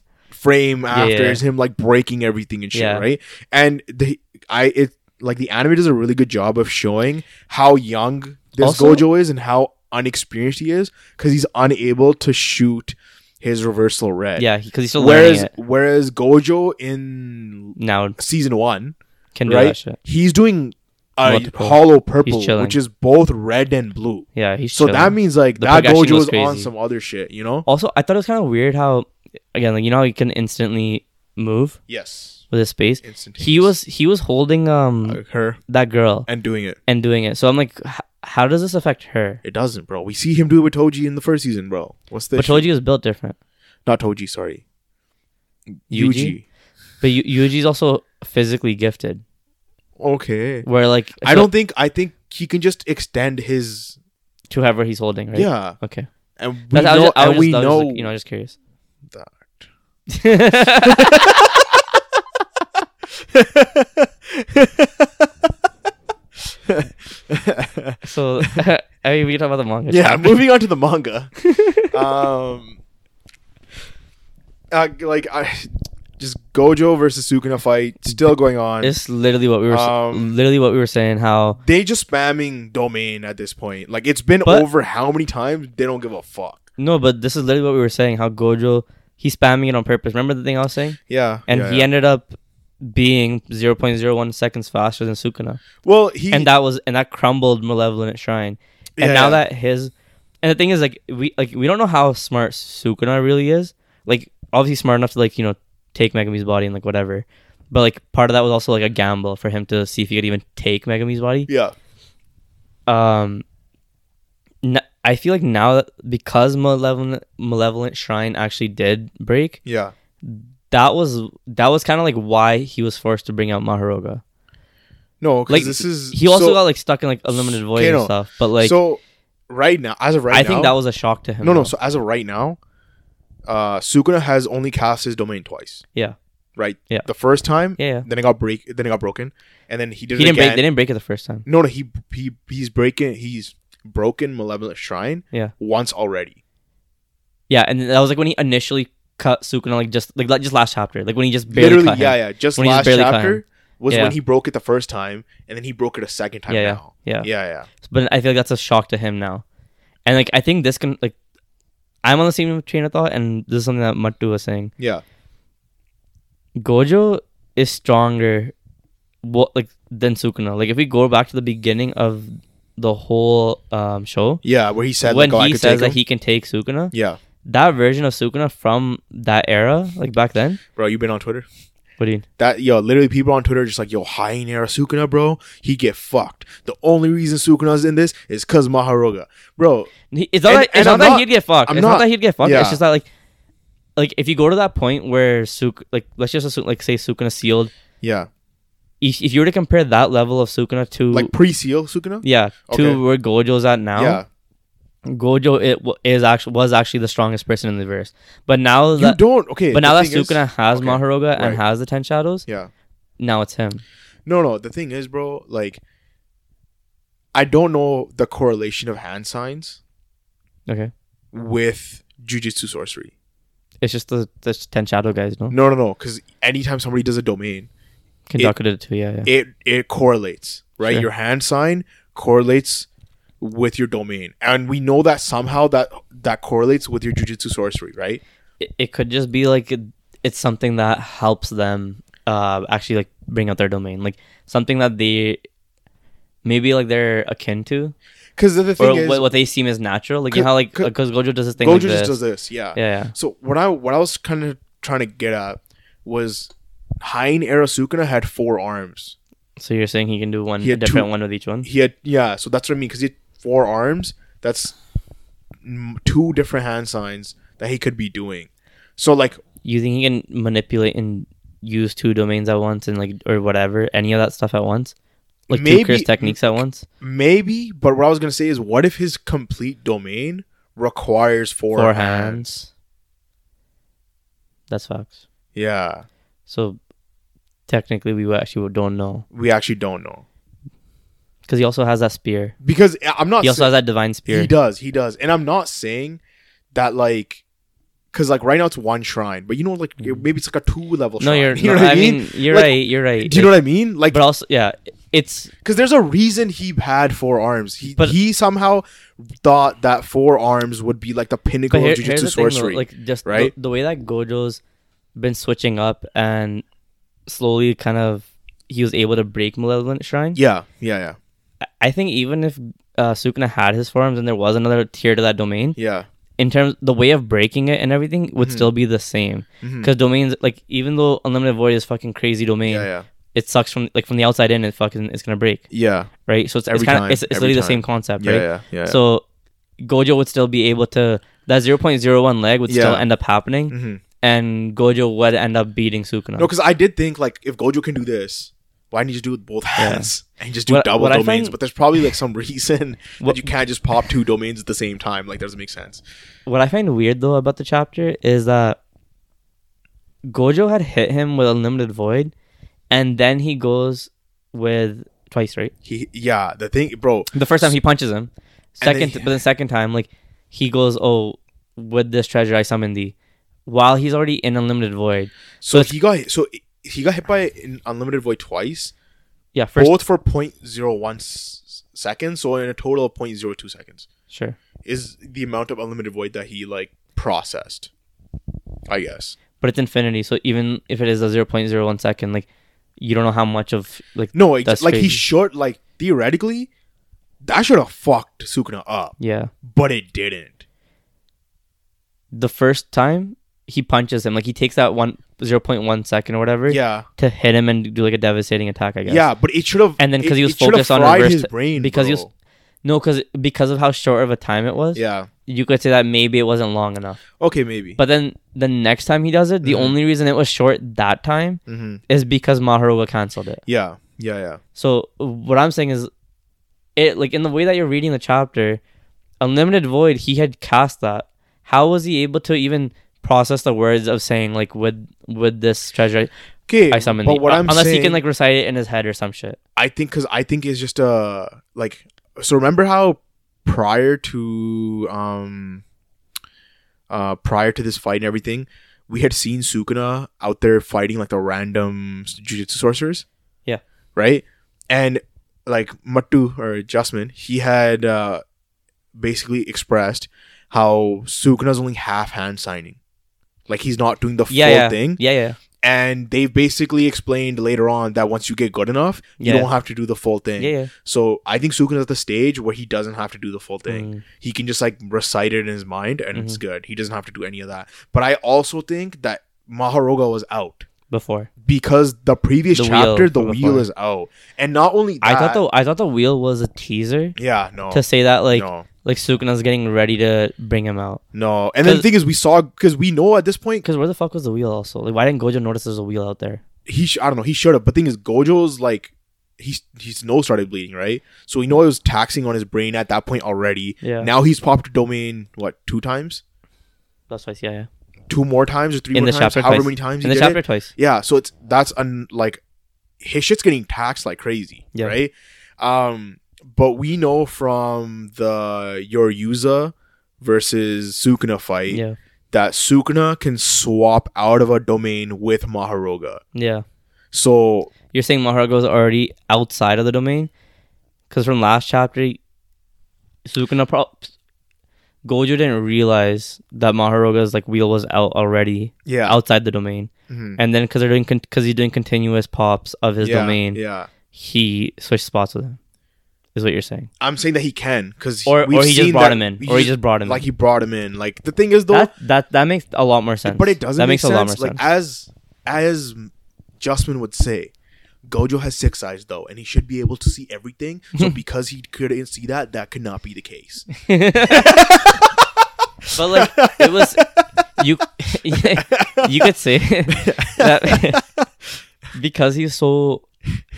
frame Yeah, after yeah. is him like breaking everything and shit, Yeah. right? And the I it like the anime does a really good job of showing how young this Also- Gojo is and how unexperienced he is because he's unable to shoot his reversal red. Yeah, because he's still Whereas learning it whereas Gojo in now. season one, Can do that right? shit. He's doing a Multiple. hollow purple, chilling. which is both red and blue. Yeah, he's So that chilling. means like The that progression Gojo was is on crazy. some other shit, you know? also I thought it was kind of weird how again like you know how he can instantly move Yes. with his space. Instantaneous. He was he was holding um Uh, her that girl and doing it. and doing it. So I'm like, h- how does this affect her? It doesn't, bro. We see him do it with Toji in the first season, bro. What's the But Toji was built different. not Toji? Sorry, Yuji? But Yu- Yuji's also physically gifted. Okay. Where like I so- don't think. I think he can just extend his. to whoever he's holding right. Yeah, Okay. and we That's, I was know. just- I was and we just- I was know. just, like, you know, just curious. that. so I mean, we can talk about the manga. Yeah, moving on to the manga. um, uh, like I just Gojo versus Sukuna fight still going on. it's literally what we were s- Um, literally what we were saying. How they just spamming domain at this point. Like it's been But- over how many times? They don't give a fuck. no, but this is literally what we were saying. How Gojo he's spamming it on purpose. Remember the thing I was saying? Yeah. And yeah, he yeah. ended up being 0.01 seconds faster than Sukuna. well, he and that was and that crumbled Malevolent Shrine. And Yeah, now yeah. that his and the thing is like we like we don't know how smart Sukuna really is. Like obviously smart enough to like, you know, take Megami's body and like whatever. But like part of that was also like a gamble for him to see if he could even take Megami's body. yeah, Um n- I feel like now that because Malevolent Malevolent Shrine actually did break, yeah, that was that was kind of like why he was forced to bring out Maharoga. no, 'cause Like this is he also so- got like stuck in like a limited void and Kano, stuff. But like so right now, as of right I now, think that was a shock to him. no, no. though. So as of right now, uh, Sukuna has only cast his domain twice. Yeah. Right. Yeah. The first time, yeah, yeah. then it got break, then it got broken, and then he did He it didn't break. again. They didn't break it the first time. No, no, he he he's breaking. He's broken malevolent shrine. Yeah. Once already. Yeah, and that was like when he initially cut Sukuna, like just like la- just last chapter, like when he just barely Literally, cut yeah, him. yeah. Just When he just last barely cut him. chapter was Yeah. when he broke it the first time, and then he broke it a second time. Yeah, yeah. now. Yeah. yeah, yeah. But I feel like that's a shock to him now, and like I think this can like I'm on the same train of thought, and this is something that Mattu was saying. Yeah. Gojo is stronger, what like than Sukuna. Like if we go back to the beginning of the whole um show, Yeah, where he said when like, oh, I he could says take that him. he can take Sukuna, Yeah, that version of Sukuna from that era, like back then. bro, you've been on Twitter. What do you? That yo, literally, people on Twitter are just like yo, Hainera Sukuna, bro, he get fucked. The only reason Sukuna's in this is cause Maharoga, bro. He- It's not, And- that, it's and not I'm that not- he'd get fucked. I'm it's not, not- that he'd get fucked. yeah. It's just that like, like if you go to that point where Suk, like let's just assume, like say Sukuna sealed. Yeah, If, if you were to compare that level of Sukuna to like pre-seal Sukuna. yeah to Okay. where Gojo's at now, Yeah, Gojo it w- is actually was actually the strongest person in the verse. But now you that don't. Okay, but the now that thing is- Sukuna has okay, Maharoga right. and has the Ten Shadows, Yeah. now it's him. No, no. The thing is, bro, like, I don't know the correlation of hand signs Okay, with jujitsu sorcery. it's just the, the Ten Shadow guys. No, No, no, no. Because anytime somebody does a domain, Kendaku did it too. Yeah, yeah. it it correlates, right? Sure. Your hand sign correlates with your domain, and we know that somehow that that correlates with your jujitsu sorcery, right? it, it could just be like it- it's something that helps them uh actually like bring out their domain like something that they maybe like they're akin to Because the or thing is, what, what they seem as natural like you Could- know how like could- because gojo does this thing Gojo like this. just does this, yeah. yeah yeah So what I what I was kind of trying to get at was, Hein Arasukuna had four arms. so you're saying he can do one He a had two- different one with each one he had yeah so that's what i mean because he had four arms that's mm, two different hand signs that he could be doing so like you think he can manipulate and use two domains at once and like or whatever any of that stuff at once like Maybe- two curse techniques at once maybe but what i was gonna say is what if his complete domain requires four, four hands. hands that's facts yeah so technically we actually don't know we actually don't know because he also has that spear. because I- i'm not He also saying- has that divine spear. Oh, he does he does and i'm not saying that like because like right now it's one shrine but you know like maybe it's like a two level no, shrine you're. you know no, what I mean, you're Like, right. You're right. do you know what i mean like but also, yeah, it's Because there's a reason he had four arms. He But- he somehow thought that four arms would be like the pinnacle but here, of jujitsu here's the thing, though, sorcery. like just right? the, the way that Gojo's been switching up and slowly kind of he was able to break Malevolent Shrine. yeah, yeah, yeah, I- I think even if uh, Sukuna had his forearms and there was another tier to that domain, yeah. in terms the way of breaking it and everything would Hmm. still be the same Mhm. because domains like even though Unlimited Void is fucking crazy domain, Yeah, yeah, it sucks from like from the outside in. It fucking it's gonna break. yeah, right? So it's, it's Every kind time, of it's, it's every literally the time. same concept, yeah, right? yeah, yeah. So Gojo would still be able to that 0.01 leg would still Yeah. end up happening, Mhm. and Gojo would end up beating Sukuna. no, because I did think like if Gojo can do this, why didn't you just do it with both hands and just do What- double what I domains? find- but there's probably like some reason that What- you can't just pop two domains at the same time. Like that doesn't make sense. what I find weird though about the chapter is that Gojo had hit him with unlimited void, and then he goes with twice, right? He yeah, the thing, bro. The first time he punches him, And second, then- but then second time like he goes, oh, with this treasure I summoned thee, while he's already in unlimited void. So it's- he got so he got hit by an unlimited void twice. Yeah, first both for 0.01 s- seconds, so in a total of 0.02 seconds sure. is the amount of unlimited void that he like processed. I guess. but it's infinity. So even if it is a zero point zero one second, like you don't know how much of like No, ex- That's like he crazy. short. Like theoretically, that should have fucked Sukuna up, yeah. but it didn't. The first time he punches him, like he takes that one zero point one second or whatever Yeah, to hit him and do like a devastating attack. I guess. yeah, but it should have. And then because it- he was it should have focused on fried reverse his t- brain because he was- bro. No, because because of how short of a time it was, Yeah. you could say that maybe it wasn't long enough. Okay, maybe. But then the next time he does it, the Mhm. only reason it was short that time hmm is because Maharuga canceled it. Yeah. Yeah. Yeah. So what I'm saying is, it like in the way that you're reading the chapter, unlimited void. He had cast that. How was he able to even process the words of saying like with with this treasure Okay. I summoned But thee? what Uh, I'm unless saying, he can like recite it in his head or some shit. I think because I think it's just uh like so remember how prior to um uh prior to this fight and everything we had seen Sukuna out there fighting like the random jujitsu sorcerers Yeah. right and like Matu or Justman he had uh basically expressed how Sukuna's only half hand signing like he's not doing the full Yeah, yeah, thing yeah, yeah. and they basically explained later on that once you get good enough, you Yeah. don't have to do the full thing. Yeah, yeah. So I think Sukuna's at the stage where he doesn't have to do the full thing. Mm. He can just like recite it in his mind, and it's Mm-hmm. good. He doesn't have to do any of that. But I also think that Maharoga was out Before because the previous The wheel chapter, the from wheel before. is out, and not only that, I thought the I thought the wheel was a teaser yeah no to say that like no like Sukuna's getting ready to bring him out. no, and then the 'cause- thing is we saw because we know at this point Because where the fuck was the wheel also? Like why didn't Gojo notice there's a wheel out there? he sh- I don't know he should have but thing is Gojo's like he's his nose started bleeding right so we know it was taxing on his brain at that point already Yeah. now he's popped domain what two times That's why. Yeah, yeah. two more times or three In more the times chapter, however twice. many times in he the did chapter it. twice. yeah so it's that's un- like his shit's getting taxed like crazy Yeah. right um but we know from the Yoruza versus Sukuna fight Yeah, that Sukuna can swap out of a domain with Maharoga yeah. so You're saying Mahargo's already outside of the domain? Because from last chapter, Sukuna pro- Gojo didn't realize that Maharoga's like wheel was out already yeah outside the domain, Mhm. and then because they're doing because he's doing continuous pops of his yeah, domain, yeah he switched spots with him. Is what you're saying, I'm saying that he can because or or he just brought him in, or he just brought him like in. he brought him in. Like the thing is though, that that that makes a lot more sense. but it doesn't. That make makes sense. a lot more like sense. as as Justman would say, Gojo has six eyes though, and he should be able to see everything. So because he couldn't see that, that could not be the case. but like it was you you could say that because he's so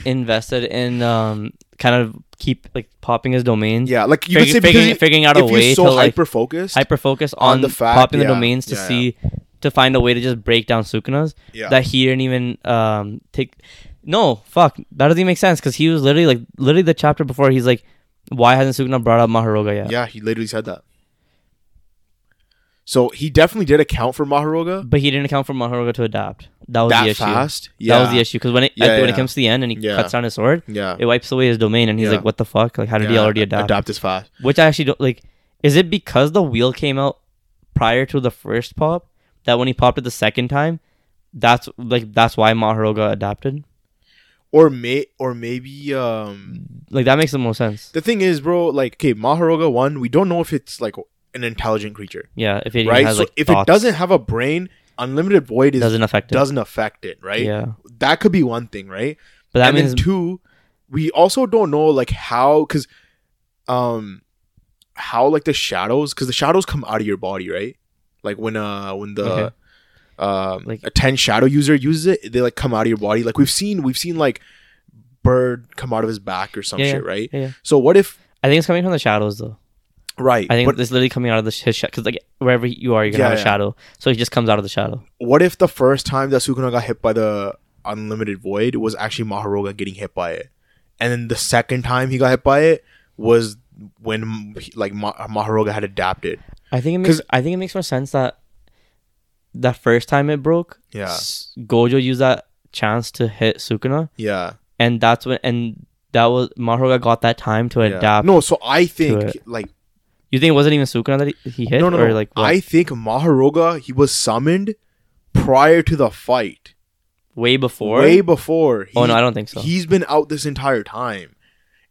invested in um kind of keep like popping his domain Yeah, like you fig- could say because figuring, he- figuring out a if way he's so to like hyper focused, hyper focus on on, the fact- popping yeah, the domains to yeah, see to find a way to just break down Sukuna's yeah, that he didn't even um take no fuck that doesn't even make sense because he was literally like literally the chapter before he's like why hasn't Sukuna brought up Maharoga yet yeah, he literally said that. So he definitely did account for Maharoga but he didn't account for Maharoga to adapt that was the that issue fast. Yeah, That was the issue because when it Yeah, when yeah. it comes to the end and he Yeah. cuts down his sword, Yeah, it wipes away his domain and he's Yeah. like, "What the fuck? Like, how did he Yeah, already adapt?" Adapt is fast. Which I actually don't like. Is it because the wheel came out prior to the first pop that when he popped it the second time, that's like that's why Maharoga adapted? or may or maybe um Like that makes the most sense. the thing is bro like okay maharoga one we don't know if it's like an intelligent creature Yeah, if it even right has so like if it thoughts, doesn't have a brain unlimited void is doesn't, doesn't affect it. affect it right Yeah, that could be one thing right but that and means then two we also don't know like how because um how like the shadows because the shadows come out of your body right like when uh when the Okay. um Like- a 10 shadow user uses it they like come out of your body like we've seen we've seen like bird come out of his back or some Yeah, shit right yeah, yeah. so what if I think it's coming from the shadows though. right I think but it's literally coming out of the sh- his because like wherever you are, you're gonna Yeah, have a yeah. shadow. So he just comes out of the shadow. what if the first time that Sukuna got hit by the unlimited void was actually Maharoga getting hit by it and then the second time he got hit by it was when like Ma- Maharoga had adapted I think it 'Cause- makes I think it makes more sense that the first time it broke, yeah S- Gojo used that chance to hit Sukuna, yeah and that's when and that was Mahoga got that time to yeah. adapt. no so I think it. like You think it wasn't even Sukuna that he, he hit, no no, or no. like what? I think Maharoga he was summoned prior to the fight. way before. Way before. oh He- no, I don't think so. He's been out this entire time.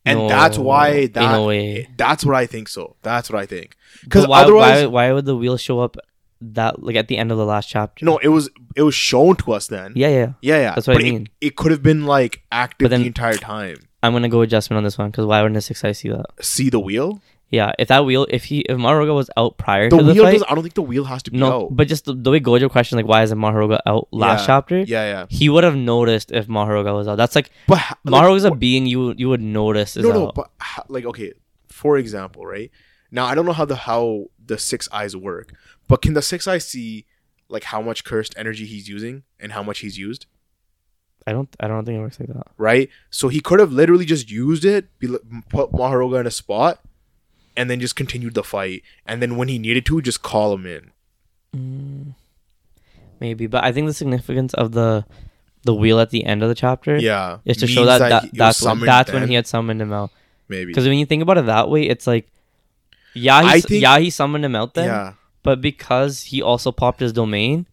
And No, that's why ain't that no way. that's what I think so. That's what I think. Cuz Because why, otherwise why why would the wheel show up that like at the end of the last chapter? no, it was it was shown to us then. Yeah, yeah. Yeah, yeah. That's what I it- mean. It, could have been like active But then- the entire time. I'm gonna go adjustment on this one because why wouldn't a six I see that? See the wheel? Yeah, if that wheel, if he, if Maruga was out prior The to the wheel fight, does I don't think the wheel has to be no, out. but just the, the way Gojo questioned, like, why isn't Maharoga out last Yeah, chapter? Yeah, yeah. He would have noticed if Maharoga was out. That's like But ha- like, Maharoga's a being you you would notice. Is no, out. no, but ha- like okay, for example, right now I don't know how the how the six eyes work, but can the six eyes see like how much cursed energy he's using and how much he's used, I don't I don't think it works like that. right? So he could have literally just used it, be, put Maharoga in a spot, and then just continued the fight, and then when he needed to, just call him in. Maybe, but I think the significance of the the wheel at the end of the chapter Yeah, is to show means that, he that, was that's when, summoned that's when then, he had summoned him out. maybe. Because when you think about it that way, it's like yeah, I he, s- think- yeah, he summoned him out then. yeah, but because he also popped his domain,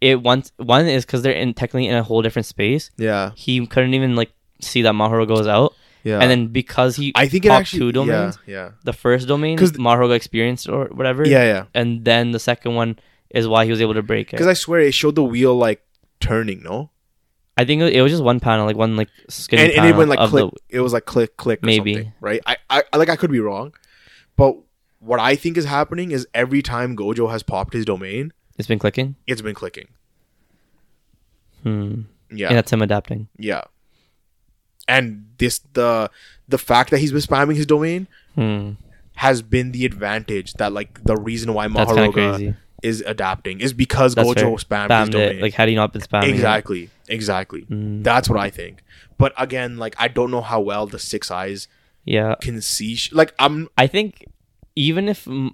it once one is because they're in technically in a whole different space. yeah, He couldn't even like see that Mahoro goes out, yeah. and then because he I think it popped actually two domains, Yeah, the first domain 'Cause- Mahoro experienced or whatever, yeah, yeah. yeah. and then the second one is why he was able to break it. Because I swear it showed the wheel like turning, no? I think it was just one panel, like one like skinny and, and panel it went like of click. it was like click, click, or Maybe. something, right? I, I, I- like I could be wrong, but what I think is happening is every time Gojo has popped his domain, The, it's been clicking. it's been clicking. Hmm. Yeah, Yeah. yeah. that's him adapting. And this the the fact that he's been spamming his domain Hmm. has been the advantage that like the reason why That's kind of Maharoga crazy. is adapting is because That's fair. Gojo spammed, his Spammed domain. it. Like had he not been spamming, it. exactly, exactly. Hmm. That's what I think. But again, like I don't know how well the six eyes Yeah. can see. Sh- like I'm I think even if mm,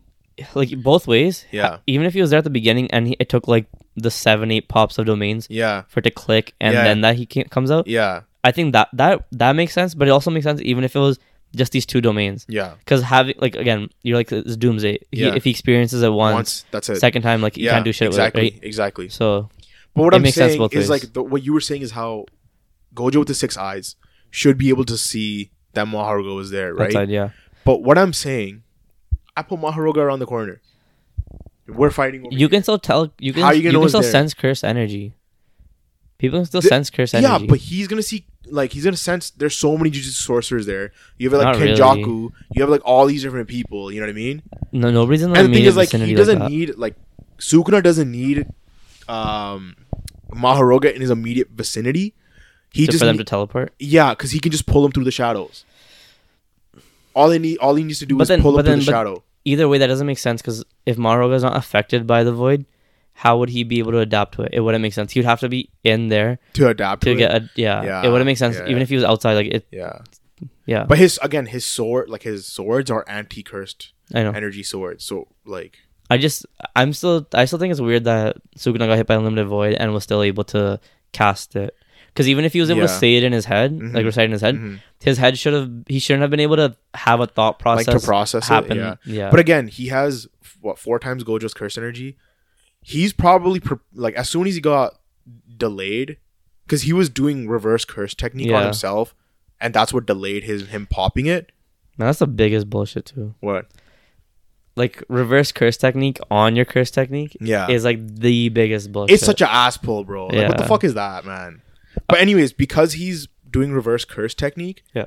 like both ways, Yeah. Even if he was there at the beginning and he, it took like the seven eight pops of domains yeah. for it to click and Yeah. then that he can, comes out, Yeah. I think that that that makes sense. But it also makes sense even if it was just these two domains Yeah. because having like again you're like it's doomsday. He, Yeah. If he experiences it once, Once that's it. second time like you yeah, can't do shit exactly, with it, exactly. right? So But what It I'm makes sense saying both is ways. like the, what you were saying is how Gojo with the six eyes should be able to see that Maharoga was there, right? that's right. yeah. But what I'm saying, I put Maharoga around the corner. We're fighting. Over You can still tell you can How you you, gonna know can it's still there? sense curse energy. People can still The- sense curse Yeah, energy. but he's gonna see like he's gonna sense. There's so many jujutsu sorcerers there. You have like Not really. Kenjaku. You have like all these different people. You know what I mean? no, nobody's in the and the thing immediate is like vicinity he doesn't like that. need like Sukuna doesn't need um Maharoga in his immediate vicinity. He to- just for them ne- to teleport. yeah, because he can just pull him through the shadows. All he need all he needs to do But is then- pull but him through then- the but- shadow. either way, that doesn't make sense because if Maruga's not affected by the void, how would he be able to adapt to it? It wouldn't make sense. He would have to be in there To adapt to to, get it. a yeah. Yeah, It wouldn't make sense yeah, even yeah. if he was outside. Like it, Yeah. yeah. But his again, his sword like his swords are anti cursed I know. energy swords. So like I just I'm still I still think it's weird that Sukuna got hit by unlimited void and was still able to cast it. Because even if he was able to Yeah. say it in his head, like Mhm. recite it in his head, mhm. his head should have he shouldn't have been able to have a thought process like to process happen. it. Yeah. yeah. But again, he has what four times Gojo's curse energy. He's probably pre- like as soon as he got delayed, because he was doing reverse curse technique on Yeah. himself, and that's what delayed his him popping it. Man, that's the biggest bullshit too. What? Like reverse curse technique on your curse technique Yeah, is like the biggest bullshit. it's such an ass pull, bro. Like, what the Yeah. fuck is that, man? But anyways, because he's doing reverse curse technique, Yeah.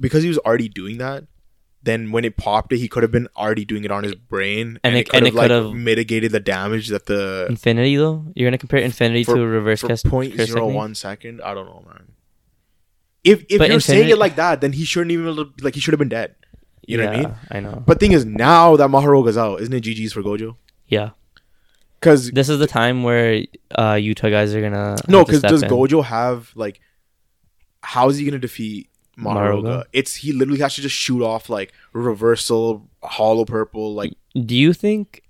because he was already doing that. Then when it popped, it he could have been already doing it on his brain, and, And it- it could and have it like could've- mitigated the damage that the Infinity though, you're gonna compare Infinity For- to a reverse for curse, point curse zero technique? one second. I don't know, man. If if But you're saying infinite- it like that, then he shouldn't even look- like he should have been dead. You know what I mean? I know. But thing is, now that Maharoga's out, isn't it GG's for Gojo? Yeah, Because this is the time where uh, Utah guys are gonna no, have to because step does in. Gojo have like? How is he gonna defeat Maharoga? Maharoga? It's he literally has to just shoot off like reversal, hollow purple, like Do you think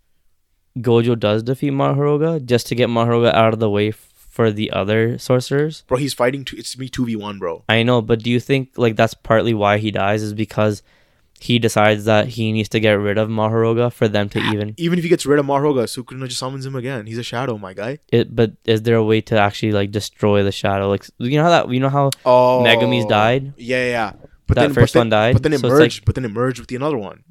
Gojo does defeat Maharoga just to get Maharoga out of the way f- for the other sorcerers? bro. He's fighting two. It's me two v one, bro. I know, but do you think like that's partly why he dies is because he decides that he needs to get rid of Maharoga for them to even Even if he gets rid of Mahoga, Sukuna just summons him again. He's a shadow, my guy. it, but is there a way to actually like destroy the shadow? Like you know how that you know how Oh, Megami's died. Yeah, yeah. yeah. But That then, first but then, one died, But then it so it's merged. but then it merged with the another one.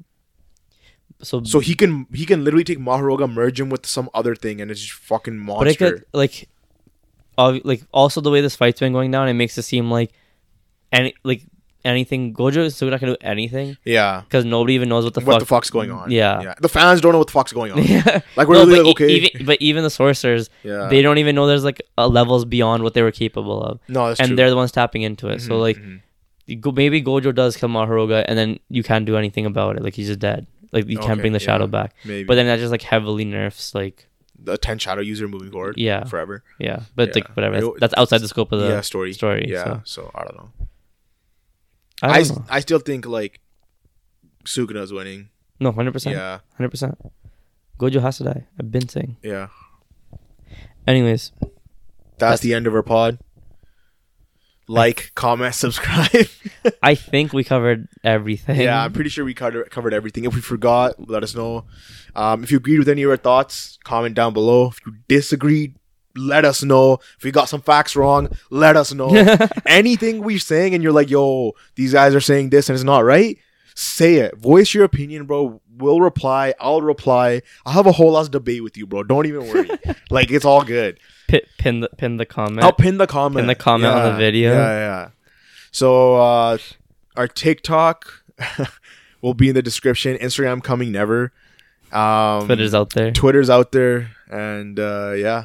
So, So he can he can literally take Maharoga, merge him with some other thing, and it's just fucking monster. but it could like, ob- like also the way this fight's been going down, it makes it seem like any like anything Gojo is still not gonna do anything yeah. because nobody even knows what the what fuck. the fuck's going on? Yeah. The fans don't know what the fuck's going on. yeah. Like, we're really but like, e- okay. Even, but even the sorcerers, Yeah. they don't even know there's like uh levels beyond what they were capable of, no, that's and true. they're the ones tapping into it. So Mhm, like, mhm. you go- maybe Gojo does kill Maharoga, and then you can't do anything about it. Like he's just dead. Like you can't Okay, bring the yeah. shadow back. maybe But then that just like heavily nerfs like the ten shadow user moving forward. Yeah. forever. yeah, but Yeah. like whatever. You That's, know, that's outside the scope of the yeah, story. story. Yeah, so. so I don't know. I, I, don't s- know. I still think like Sukuna's winning. no hundred percent, Yeah, hundred percent. Gojo has to die. I've been saying. yeah. Anyways, That's, the end of our pod. Like, comment, subscribe. I think we covered everything. yeah, I'm pretty sure we covered covered everything. If we forgot, let us know. Um, if you agreed with any of our thoughts, comment down below. If you disagreed, let us know. If we got some facts wrong, let us know. Anything we're saying, and you're like, "Yo, these guys are saying this, and it's not right." Say it. Voice your opinion, bro. We'll reply. I'll reply. I'll have a whole ass debate with you, bro. Don't even worry. like it's all good. Pi- pin the pin the comment. I'll pin the comment. Pin the comment on the video. Yeah, yeah. So uh, our TikTok will be in the description. Instagram coming never. Um, Twitter's out there. Twitter's out there, and uh, yeah,